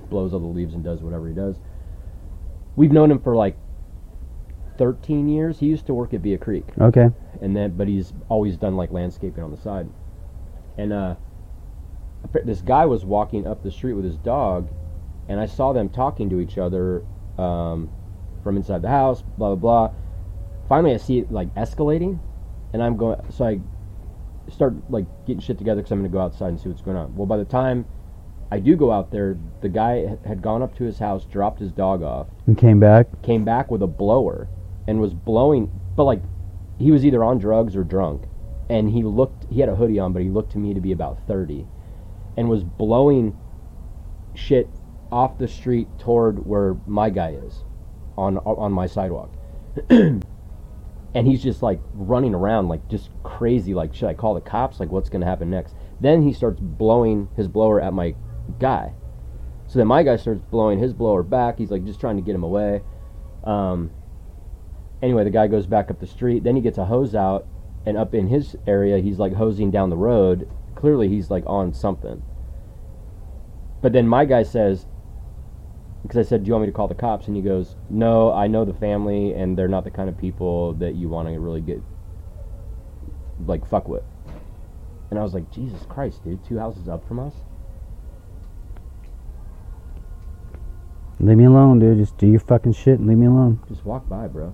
blows all the leaves and does whatever he does. We've known him for like 13 years. He used to work at Via Creek, Okay. and then but he's always done like landscaping on the side. And uh, appa- this guy was walking up the street with his dog, and I saw them talking to each other um, from inside the house. Blah blah blah. Finally, I see it like escalating and I'm going. So I start like getting shit together because I'm going to go outside and see what's going on. Well, by the time I do go out there, the guy ha- had gone up to his house, dropped his dog off, And came back. came back with a blower, and was blowing. But like, he was either on drugs or drunk, and he looked. He had a hoodie on, but he looked to me to be about thirty, and was blowing shit off the street toward where my guy is, on on my sidewalk and he's just like running around like just crazy like should i call the cops like what's going to happen next then he starts blowing his blower at my guy so then my guy starts blowing his blower back he's like just trying to get him away um, anyway the guy goes back up the street then he gets a hose out and up in his area he's like hosing down the road clearly he's like on something but then my guy says because I said, "Do you want me to call the cops?" And he goes, "No, I know the family, and they're not the kind of people that you want to really get like fuck with." And I was like, "Jesus Christ, dude! Two houses up from us." Leave me alone, dude. Just do your fucking shit and leave me alone. Just walk by, bro.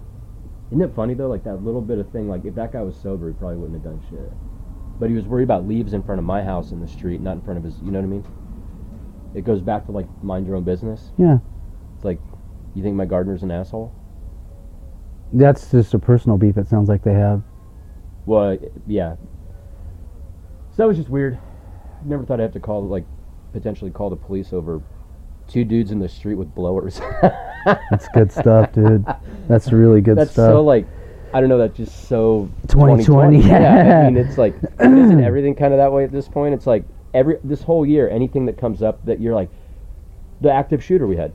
Isn't it funny though? Like that little bit of thing. Like if that guy was sober, he probably wouldn't have done shit. But he was worried about leaves in front of my house in the street, not in front of his. You know what I mean? It goes back to like mind your own business. Yeah. It's like, you think my gardener's an asshole? That's just a personal beef. It sounds like they have. Well, yeah. So that was just weird. Never thought I'd have to call, like, potentially call the police over two dudes in the street with blowers. That's good stuff, dude. That's really good That's stuff. so like, I don't know. That's just so 2020. Yeah, I mean, it's like isn't everything kind of that way at this point? It's like every this whole year, anything that comes up that you're like, the active shooter we had,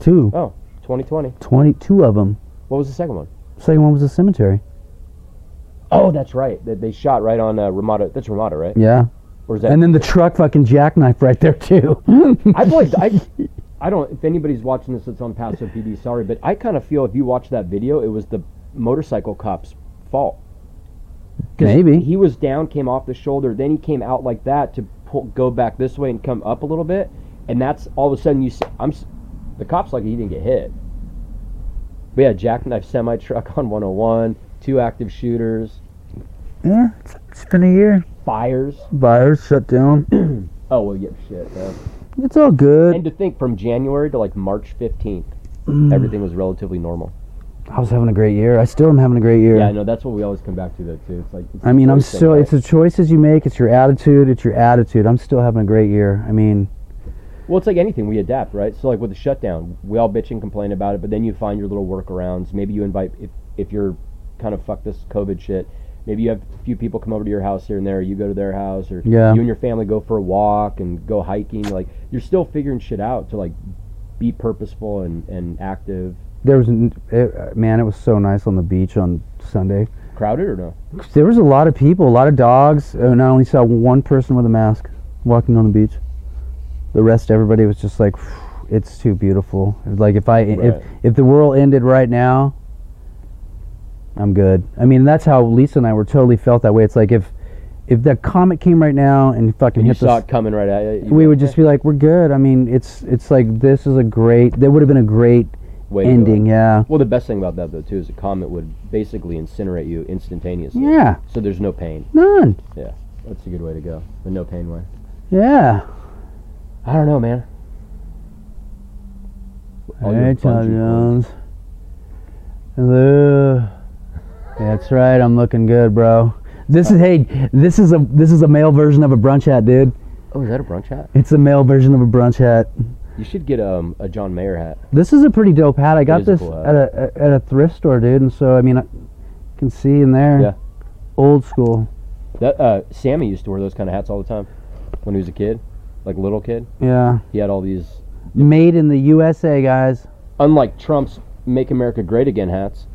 Two. Oh. 2020. 22 of them. What was the second one? Second one was a cemetery. Oh, that's right. That they shot right on uh, Ramada. That's Ramada, right? Yeah. Or is that? And then the truck fucking jackknife right there, too. I believe I. I don't. If anybody's watching this, that's on Paso PD. Sorry, but I kind of feel if you watch that video, it was the motorcycle cop's fault. 'Cause Maybe. he was down, came off the shoulder, then he came out like that to pull, go back this way and come up a little bit, and that's all of a sudden you. See, I'm. s- The cops like he didn't get hit. But yeah, jackknife semi truck on 101, two active shooters, Yeah. it's- It's been a year. fires. Buyers shut down. Oh well, yeah, shit. yeah. It's all good. And to think from January to like March 15th, Mm. everything was relatively normal. I was having a great year. I still am having a great year. Yeah, I know. That's what we always come back to, though, too. It's like it's I mean, I'm always the same still. thing. It's the choices you make. It's your attitude. It's your attitude. I'm still having a great year. I mean, Well, it's like anything. We adapt, right? So, like with the shutdown, we all bitch and complain about it, but then you find your little workarounds. Maybe you invite if if you're kind of fuck this COVID shit. Maybe you have a few people come over to your house here and there. You go to their house, or Yeah. you and your family go for a walk and go hiking. Like you're still figuring shit out to like be purposeful and and active. there was n- it, uh, man. It was so nice on the beach on Sunday. Crowded or no? There was a lot of people, a lot of dogs, Oh, and I only saw one person with a mask walking on the beach. The rest, everybody was just like, "It's too beautiful." It was Like if I if Right. if the world ended right now, I'm good. I mean, that's how Lisa and I were totally felt that way. It's like if if the comet came right now and fucking And you hit the saw s- it coming right at you. you. we went, would just be like, "We're good." I mean, it's it's like this is a great. There would have been a great "Way to go." ending. Yeah, Well, the best thing about that though too is a comet would basically incinerate you instantaneously. yeah, So there's no pain. none. That's a good way to go. The no pain way. Yeah, I don't know, man. All your hey Todd bungee Jones. Hello. That's right. I'm looking good, bro. This is hey. This is a this is a male version of a brunch hat, dude. Oh, is that a brunch hat? It's a male version of a brunch hat. You should get um, a John Mayer hat. This is a pretty dope hat. I got is a this cool hat. at a at a thrift store, dude. And so I mean, I can see in there. Yeah. Old school. That uh, Sammy used to wear those kind of hats all the time when he was a kid, like little kid. Yeah. He had all these, Made in the USA, guys. unlike Trump's "Make America Great Again" hats.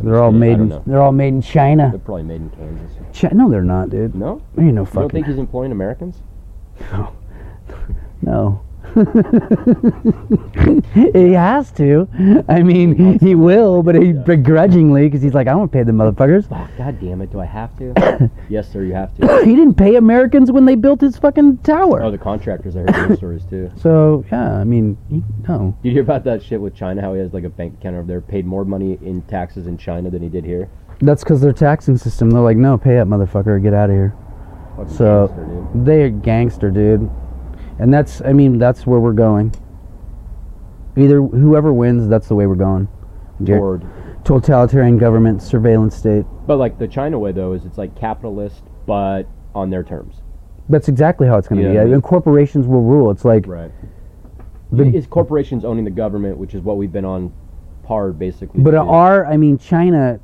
They're all Yeah, I made. don't In, know. they're all made in China. They're probably made in Kansas. Chi- no, they're not, dude. No, you There ain't no don't think fucking he's employing Americans? no. he has to. I mean, he will, but he begrudgingly because he's like, I don't pay the motherfuckers. Oh, God damn it! Do I have to? yes, sir. You have to. He didn't pay Americans when they built his fucking Oh, tower. the contractors. I heard those stories too. So yeah, I mean, he, no. Did you hear about that shit with China? How he has like a bank account over there, paid more money in taxes in China than he did here. That's because their taxing system. They're like, no, pay up, motherfucker, or get out of here. Fucking So- gangster, dude. They're gangster, dude. And that's, I mean, that's where we're going. Either whoever wins, that's the way we're going. Jer- Bored. Totalitarian government, surveillance state. But like the China way though is it's like capitalist but on their terms. That's exactly how it's going to Yeah, be. I I mean- mean, corporations will rule. It's like, Right. The- is corporations owning the government, which is what we've been on par basically. but to do. our, I mean, China,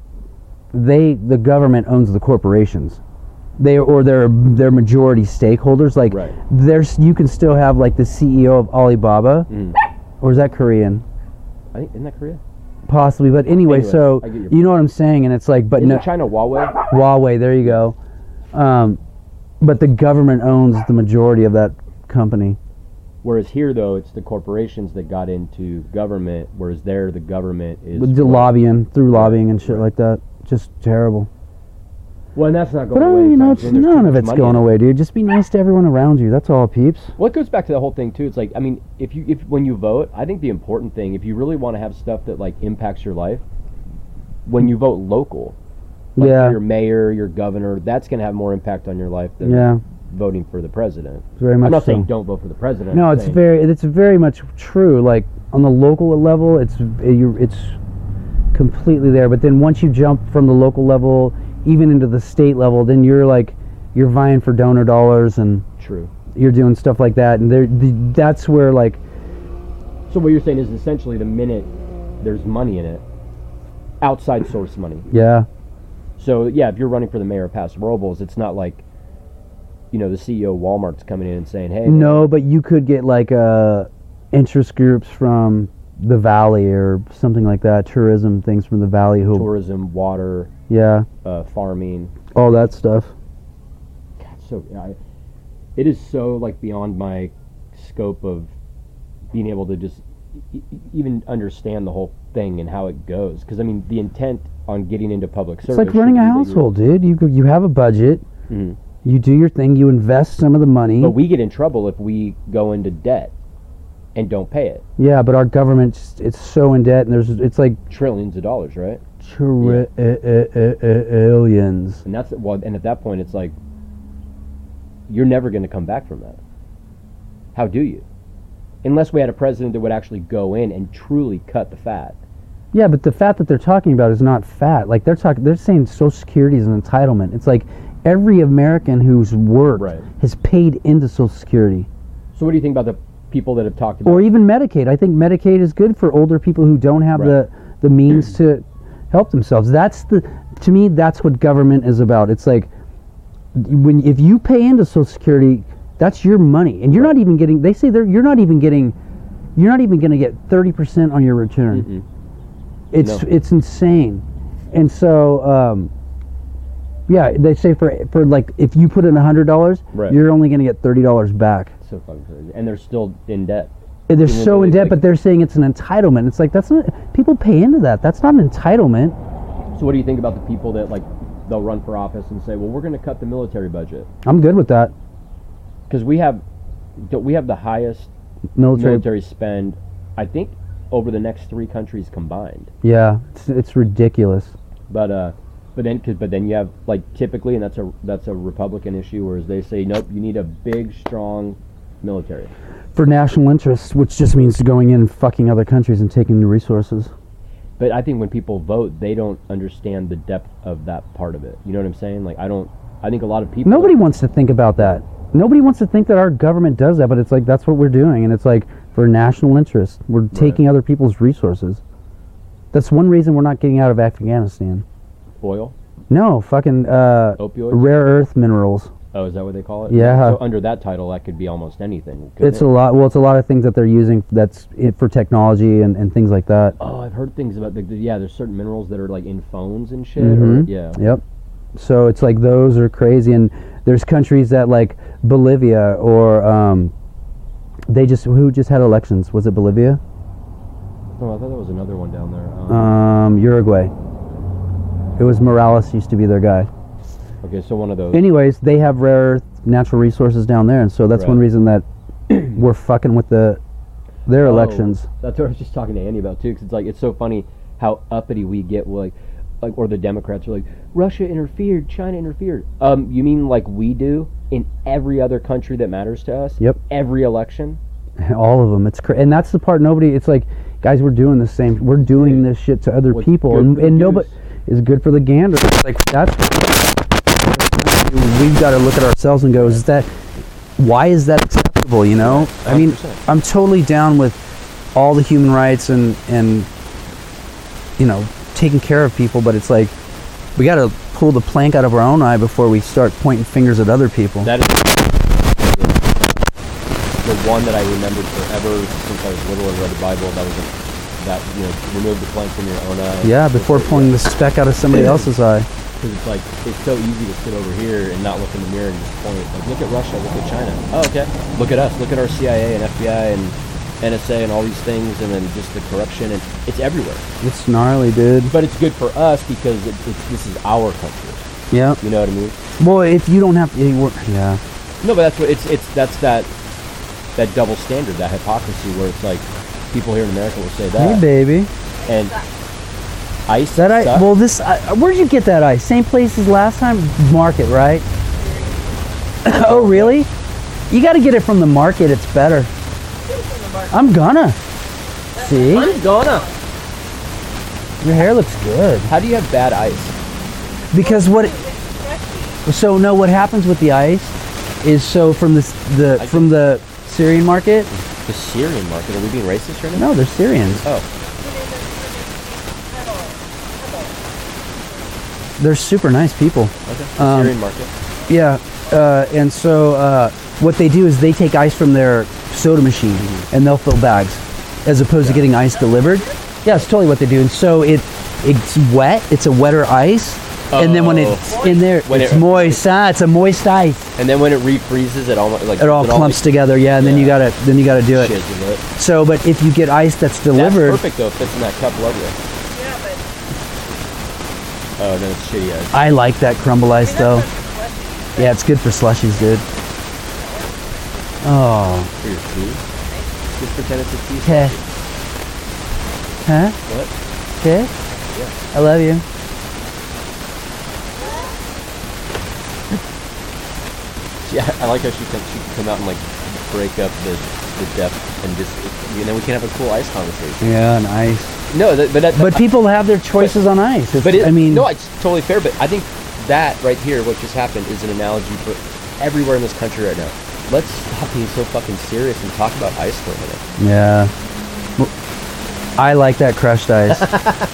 they, the government owns the corporations. They or their their majority stakeholders. Like, Right. there's you can still have like the CEO of Alibaba, Mm. or is that Korean? I think isn't that Korea? Possibly, but anyway. Anyway, so I get your you know what I'm saying, and it's like, but Isn't no, China Huawei? Huawei, there you go. Um, but the government owns the majority of that company. Whereas here though it's the corporations that got into government, whereas there the government is With the lobbying, through lobbying and shit like that. Just terrible. Well and that's not going But I away. mean, you know, anytime it's, soon. There's too none of much it's money in going it. away, dude. Just be nice to everyone around you. That's all, peeps. Well, it goes back to the whole thing too. It's like I mean, if you if when you vote, I think the important thing, if you really want to have stuff that like impacts your life, when you vote local, like for yeah, your mayor, your governor, that's gonna have more impact on your life than yeah, voting for the president. very I'm much not so. saying don't vote for the president. no, I'm it's saying- very, it's very much true. Like on the local level, it's you it's completely there. But then once you jump from the local level, even into the state level, then you're like, you're vying for donor dollars and true. you're doing stuff like that, and there, the, that's where like, So what you're saying is essentially the minute there's money in it, outside source money, yeah, So yeah, if you're running for the mayor of Paso Robles, it's not like, you know, the CEO of Walmart's coming in and saying, "Hey, No, but you could get like uh, interest groups from the valley or something like that. Tourism things from the valley. Who? tourism, water, yeah, uh, farming." all that stuff. God, so I, it is so like beyond my scope of being able to just e- e- even understand the whole thing and how it goes. Because I mean, the intent on getting into public service It's like running a should be that you're- household, dude. You go- you have a budget. Mhm. You do your thing. You invest some of the money. But we get in trouble if we go into debt and don't pay it. yeah, but our government's it's so in debt, and there's it's like Trillions of dollars, right? trillions. And that's well. And at that point, it's like you're never going to come back from that. How do you? Unless we had a president that would actually go in and truly cut the fat. Yeah, but the fat that they're talking about is not fat. Like they're talking, they're saying Social Security is an entitlement. It's like every American who's worked Right. has paid into Social Security So what do you think about the people that have talked about? or even Medicaid. I think Medicaid is good for older people who don't have the the means to help themselves. That's the to me that's what government is about. It's like when if you pay into Social Security, that's your money, and you're not even getting. They say they're you're not even getting. You're not even going to get thirty percent on your return. Mm-hmm. It's No. it's insane, and so. Um, yeah, they say for for like if you put in hundred dollars, Right. you're only going to get thirty dollars back. so fucking crazy. and they're still in debt. They're Even so though in they debt, think- but they're saying it's an entitlement. It's like that's not people pay into that. That's not an entitlement. So what do you think about the people that like they'll run for office and say, "Well, we're going to cut the military budget I'm good with that. because we have don't we have the highest Military, military spend, I think, over the next three countries combined." yeah, it's, it's ridiculous. But uh, but then 'cause- but then you have like typically, and that's a that's a Republican issue, whereas they say, "Nope, you need a big, strong military." For national interests, which just means going in and fucking other countries and taking the resources. But I think when people vote, they don't understand the depth of that part of it. You know what I'm saying? Like I don't. I think a lot of people. Nobody wants to think about that. Nobody wants to think that our government does that, but it's like that's what we're doing, and it's like for national interest, we're taking other people's resources. That's one reason we're not getting out of Afghanistan. oil, No, fucking uh, opioids. rare earth minerals. Oh, is that what they call it? Yeah. So under that title, that could be almost anything. couldn't It's it? a lot. Well, it's a lot of things that they're using that's it for technology and, and things like that. Oh, I've heard things about the, the- yeah. There's certain minerals that are like in phones and shit. Or, Mhm. yeah. Yep. So it's like those are crazy, and there's countries that like Bolivia or um, they just who just had elections. Was it Bolivia? Oh, I thought there was another one down there. Um, Um, Uruguay. It was Morales used to be their guy. okay, so one of those. Anyways, they have rare earth natural resources down there, and so that's one Right. reason that we're fucking with the their Oh, elections. That's what I was just talking to Andy about too, because it's like it's so funny how uppity we get. We're like, like, or the Democrats are like, Russia interfered, China interfered. Um, you mean like we do in every other country that matters to us? Yep. Every election. All of them. It's cra- and that's the part nobody. It's like, guys, we're doing the same. We're doing this shit to other What's people, good and, for the and nobody goose. is good for the gander. It's like that's we've got to look at ourselves and go, is that why is that acceptable? You know, I mean, 100%. I'm totally down with all the human rights and and you know taking care of people, but it's like we got to pull the plank out of our own eye before we start pointing fingers at other people. That is the one that I remembered forever since I was little and read the Bible. That was like, that you know remove the plank from your own eye. yeah, before pulling the speck out of somebody else's eye. because it's like it's so easy to sit over here and not look in the mirror and just point. Like look at Russia, look at China. Oh okay. Look at us. Look at our CIA and FBI and NSA and all these things, and then just the corruption and it's everywhere. It's gnarly, dude. But it's good for us because it, it's this is our country. Yeah. You know what I mean? Well, if you don't have any work, yeah, No, but that's what it's it's that's that that double standard, that hypocrisy where it's like people here in America will say that hey baby, and ice that I sucks. well this I, where'd you get that ice? Same place as last time, market, right? oh really? You got to get it from the market. It's better. I'm gonna. See, your I'm gonna. hair looks good How do you have bad ice? because what? It, so no, what happens with the ice is so from this the from the Syrian market. The Syrian market. Are we being racist right now? Oh. No, they're Syrians. Oh. They're super nice people. Okay. Um, Syrian market. Yeah, uh, and so uh, what they do is they take ice from their soda machine and they'll fill bags, as opposed to getting ice delivered. Yeah, it's totally what they do. And so it it's wet. It's a wetter ice, and then when Oh. it's in there, When it's it- moist. Ah, it's a moist ice. And then when it refreezes, it all like It all clumps together. Yeah, and then you Yeah. gotta then you gotta do it. Shizzes it. So, but if you get ice that's That's delivered, perfect though. Fits in that cup lovely. Yeah, but Oh no, it's shitty ice. I like that crumble ice though. So, Yeah, it's good for slushies, dude. Oh, For your food. Just pretend it's a tea. okay. Huh? What? Okay? I love you. Yeah, I like how she can, she can come out and like break up the the depth and just and then we can have a cool ice conversation. Yeah, and ice. No, that, but that, But people have their choices on ice. It's, but it, I mean, no, it's totally fair. But I think that right here, what just happened, is an analogy for everywhere in this country right now. Let's stop being so fucking serious and talk about ice for a minute. yeah. W- I like that crushed ice.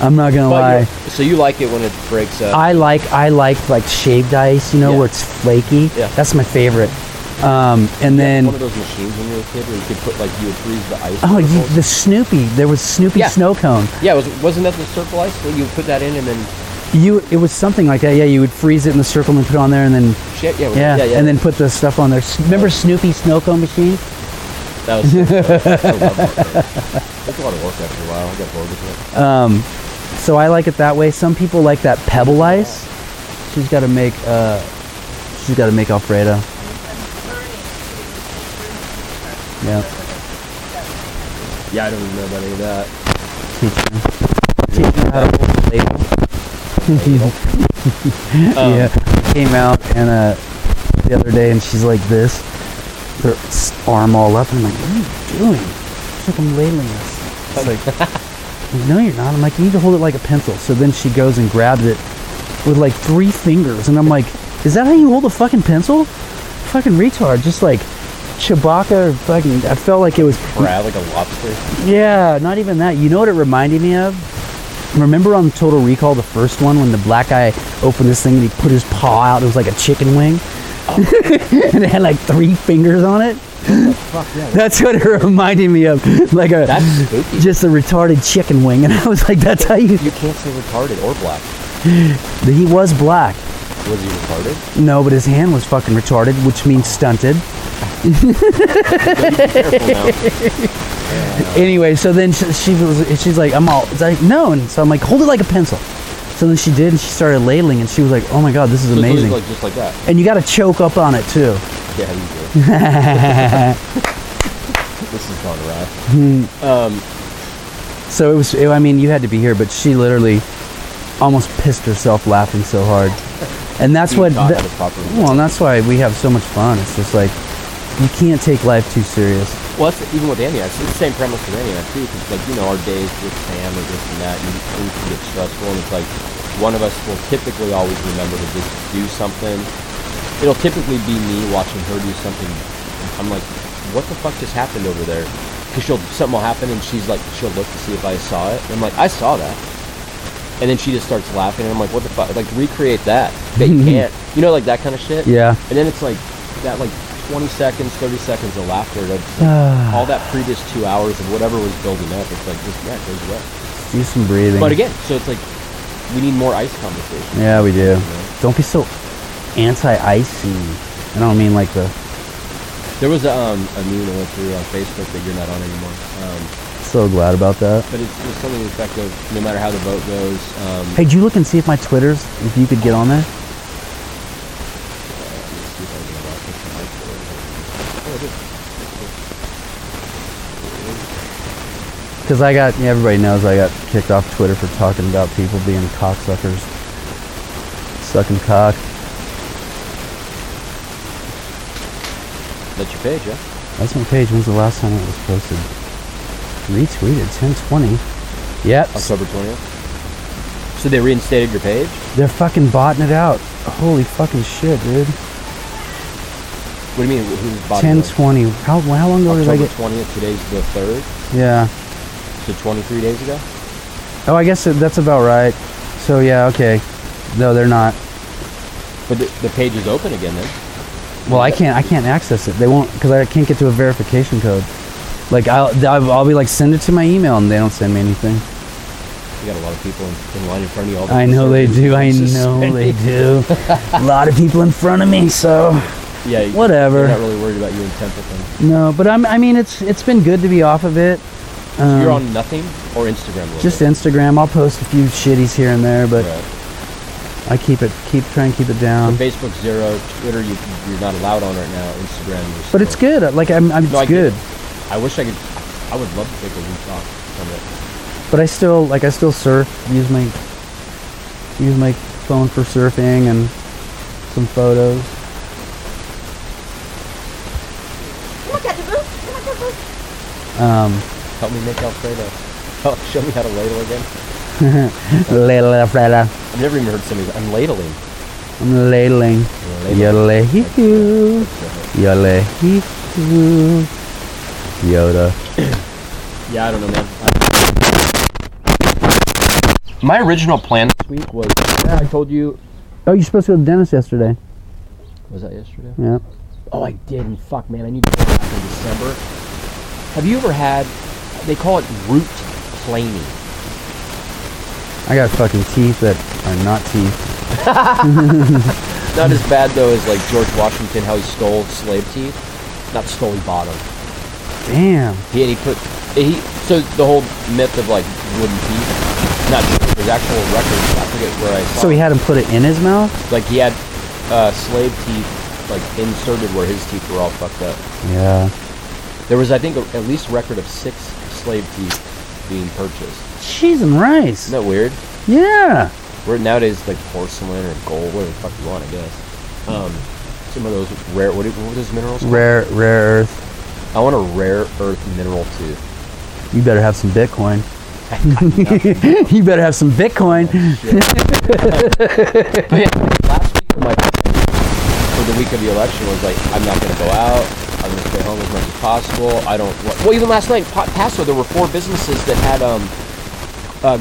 I'm not gonna But lie. you- so you like it when it breaks up? Oh, I like I like like shaved ice. You know Yeah. where it's flaky. Yeah. That's my favorite. Um, and Yeah, then one of those machines when you were a kid where you could put like you would freeze the ice. oh, circles. you, the Snoopy. There was Snoopy Yeah. snow cone. yeah, was, wasn't that the circle ice? Well, you would put that in and then You it was something like that. Yeah, you would freeze it in the circle and put it on there, and then shit. Yeah, yeah, yeah, yeah. and then put the stuff on there. S- Remember Snoopy snow cone machine? that was. I love that thing. It's a lot of work after a while. I got bored with it. So I like it that way. Some people like that pebble ice. She's got to make uh, she's got to make Alfredo. Yeah, Yeah, I don't even know about any of that. teach me. Teach me how to hold a ladle. Um, yeah, came out and uh, the other day, and she's like this, her s- arm all up. and I'm like, what are you doing? She's like, I'm ladling this. She's like, no, you're not. I'm like, you need to hold it like a pencil. So then she goes and grabs it with like three fingers, and I'm like, is that how you hold a fucking pencil? Fucking retard, just like Chewbacca. or Fucking, I felt like it was Crab like a lobster. yeah, not even that. You know what it reminded me of? Remember on Total Recall, the first one, when the black guy opened this thing and he put his paw out, it was like a chicken wing, and it had like three fingers on it. That's what it reminded me of, like a That's spooky. just a retarded chicken wing, and I was like, "That's how you." You can't say retarded or black. He was black, Was he retarded? no, but his hand was fucking retarded, which means stunted. Careful now. anyway, so then she, she was, she's like, I'm all, it's like, no. And so I'm like, hold it like a pencil. So then she did, and she started ladling, and she was like, oh my God, this is So it's literally amazing. Like just like that. and you got to choke up on it too. Yeah, you do. this has gone awry. Um, So it was, it, I mean, you had to be here, but she literally almost pissed herself laughing so hard. And that's you what, taught that- how to properly- well, and that's why we have so much fun. It's just like, you can't take life too serious. Well, that's even with Antioch. It's the same premise with Antioch, too, because, like, you know, our days with Sam or this and that, and things can get stressful, and it's like one of us will typically always remember to just do something. It'll typically be me watching her do something. I'm like, what the fuck just happened over there? Because she'll, something will happen, and she's like, she'll look to see if I saw it. And I'm like, I saw that. And then she just starts laughing, and I'm like, what the fuck? Like, recreate that. They can't. You know, like that kind of shit? Yeah. And then it's like that, like 20 seconds, 30 seconds of laughter. That's Ah. all that previous two hours of whatever was building up. It's like just yeah, it goes away. Do some breathing. But again, so it's like we need more ice conversation. Yeah, we do. Don't be so anti-icy. I don't mean like uh, the, There was a, um, a meme I went through on Facebook that you're not on anymore. Um, so glad about that. but it's just something to the effect of no matter how the vote goes, um, Hey, did you look and see if my Twitter's, if you could get on there? let's see if I can unlock this mic for it. Oh, I did. Because I got, yeah, everybody knows I got kicked off Twitter for talking about people being cocksuckers. Sucking cock. That's your page, yeah? That's my page. When's the last time it was posted? Retweeted, 1020. Yep. October 20th. So they reinstated your page? They're fucking botting it out. Holy fucking shit, dude. What do you mean? Who- Who's body 1020. How, how long ago did I October get? 20th, today's the 3rd, Yeah. so 23 days ago? Oh, I guess that- that's about right. So, yeah, okay. No, they're not. But the, the page is open again then. Well, I can't. I can't access it. They won't because I can't get to a verification code. Like I'll, I'll, I'll be like, send it to my email, and they don't send me anything. You got a lot of people in, in line in front of you. All I know they do. I It's just- know they do. a lot of people in front of me, so Yeah. you- Whatever. They're not really worried about you in Templeton. no. But I'm. I mean, it's it's been good to be off of it. Um, You're on nothing or Instagram. a little just bit? Instagram. I'll post a few shitties here and there, but um, Right. I keep it keep try and keep it So down. Facebook zero, Twitter you you're not allowed on right now. Instagram. You're But it's still- good. Like I'm. I'm No, I it's get good. it. I wish I could. I would love to take a week off from it. But I still like I still surf. Use my use my phone for surfing and some photos. Look at the booth. Look at the booth. Um, Help me make Alfredo. Help, show me how to ladle again. ladle, ladle. I've never even heard somebody. I'm ladling. I'm ladling. Yodelay, hee-hoo. Yodelay, hee-hoo. Yoda. Yeah, I don't know, man. My original plan this week was. I told you. Oh, you're supposed to go to the dentist yesterday. Was that yesterday? Yeah. Oh, I did, and fuck, man, I need to go back in December. Have you ever had? They call it root planing. I got fucking teeth that are not teeth. Not as bad though as like George Washington, how he stole slave teeth. Not stole, he bought 'em. Damn. He and he put he. So the whole myth of like wooden teeth. Not true. There's actual records. I forget where I saw. So he it. had him put it in his mouth? like he had uh, slave teeth like inserted where his teeth were all fucked up. Yeah. There was, I think, a, at least record of six slave teeth being purchased. Cheese and rice. Isn't that weird? Yeah. We're nowadays like porcelain or gold, whatever the fuck you want, I guess. Um, some of those rare. What, do- what were those minerals? called? Rare, rare earth. I want a rare earth mineral tooth. You better have some Bitcoin. you better have some Bitcoin. But yeah, last week my for the week of the election was like, I'm not gonna go out. I'm gonna stay home as much as possible. I don't. wa- Well, even last night, Pa- Paso, there were four businesses that had um, uh,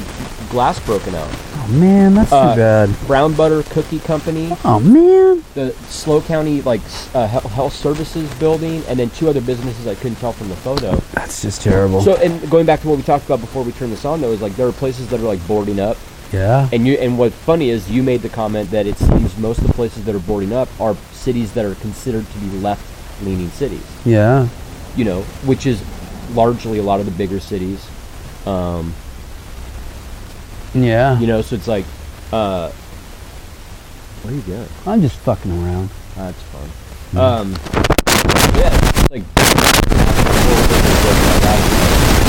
glass broken out. Oh man, that's too Uh, bad. Brown Butter Cookie Company. Oh man. the Slow County like s- uh, he- health services building, and then two other businesses I couldn't tell from the photo. That's just terrible. So, and going back to what we talked about before we turned this on, though, is like there are places that are like boarding up, yeah. and you and what's funny is you made the comment that it seems most of the places that are boarding up are cities that are considered to be left leaning cities, Yeah. you know, which is largely a lot of the bigger cities. Um, Yeah. you know, so it's like, uh, where are you going? I'm just fucking around. That's fun. Hmm. Um, yeah, it's like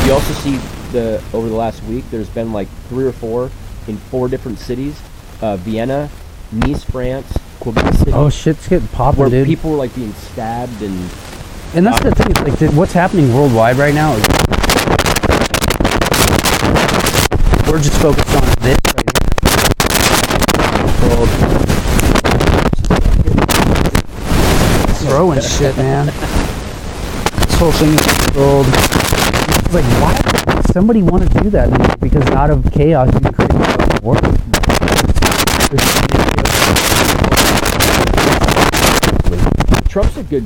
you also see the over the last week. There's been like three or four in four different cities: uh, Vienna, Nice, France, Quebec City, Oh shit's getting popping, where uh, dude. people were like being stabbed and and that's the thing. It's like, dude, what's happening worldwide right now? Is we're just focused on this right here. Throwing shit, man. This whole thing is controlled. It's like, why would somebody want to do that? man? Because out of chaos, you create a fucking war. Trump's a good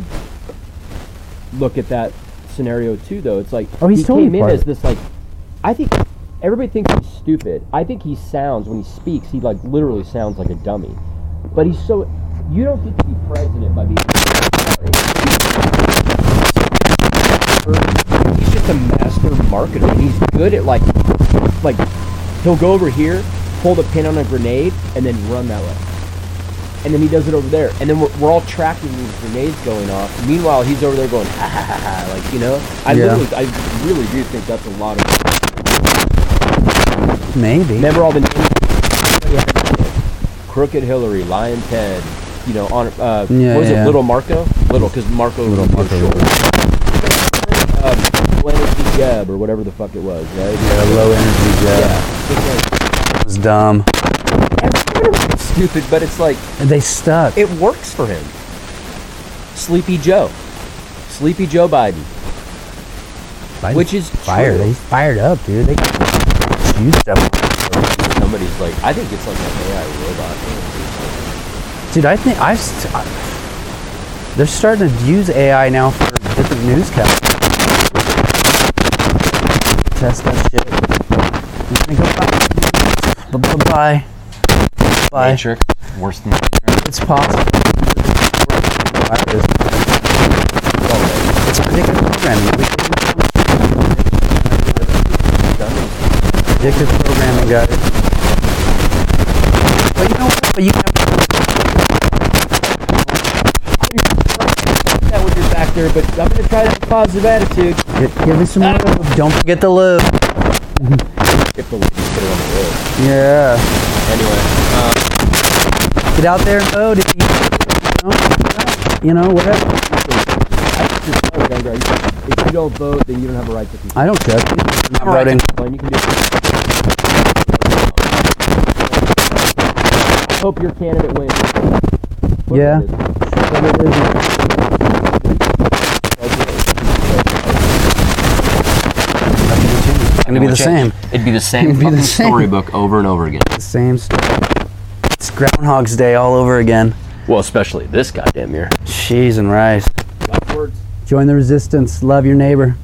look at that scenario too, though. It's like Oh, he's he totally came in part of as it. this like. I think everybody thinks he's stupid. I think he sounds when he speaks, he like literally sounds like a dummy. But he's so you don't get to be president by being. He's just a master marketer. and He's good at like like he'll go over here, pull the pin on a grenade, and then run that way and then he does it over there. And then we're, we're all tracking these grenades going off. Meanwhile, he's over there going, ha ha ha ha, like, you know? I, Yeah. literally, I really do think that's a lot of. Maybe. Remember all the names? Crooked Hillary, Lion Ted, you know, on, uh, Yeah, what was yeah. it, Little Marco? Little, because Marco Little Marco, short. Little. Um, Leonard G. Geb, or whatever the fuck it was, right? Yeah, low energy, yeah. Yeah. It's like, It's dumb. everybody's stupid, but it's like, They stuck. it works for him. Sleepy Joe. Sleepy Joe Biden. Biden's which is fired. true. He's fired up, dude. They got juiced up. the somebody's like, I think it's like an AI robot. Dude, I think I've. St- I- they're starting to use AI now for different newscasts. Test that shit. We're gonna go Bye. Bye. Bye. Bye. Nature. Worse than nature. It's possible. It's a predictive programming. We can- Predictive programming, guys. But you know what? But you can That when you're back there, but I'm gonna try that positive attitude. have, give me some love. Don't forget the love. If the ladies put it on the road. Yeah. Anyway, Get out there and vote. If you, you know, whatever. just tell the young guy, you- if you don't vote, then you don't have a right to I don't care. I'm not voting. complain. You can do. Hope your candidate wins. Yeah. It's gonna be the same. It'd be the same It'd be the fucking same. storybook over and over again. The same story. It's Groundhog's Day all over again. Well, especially this goddamn year. Cheese and rice. Got words. Join the resistance. Love your neighbor.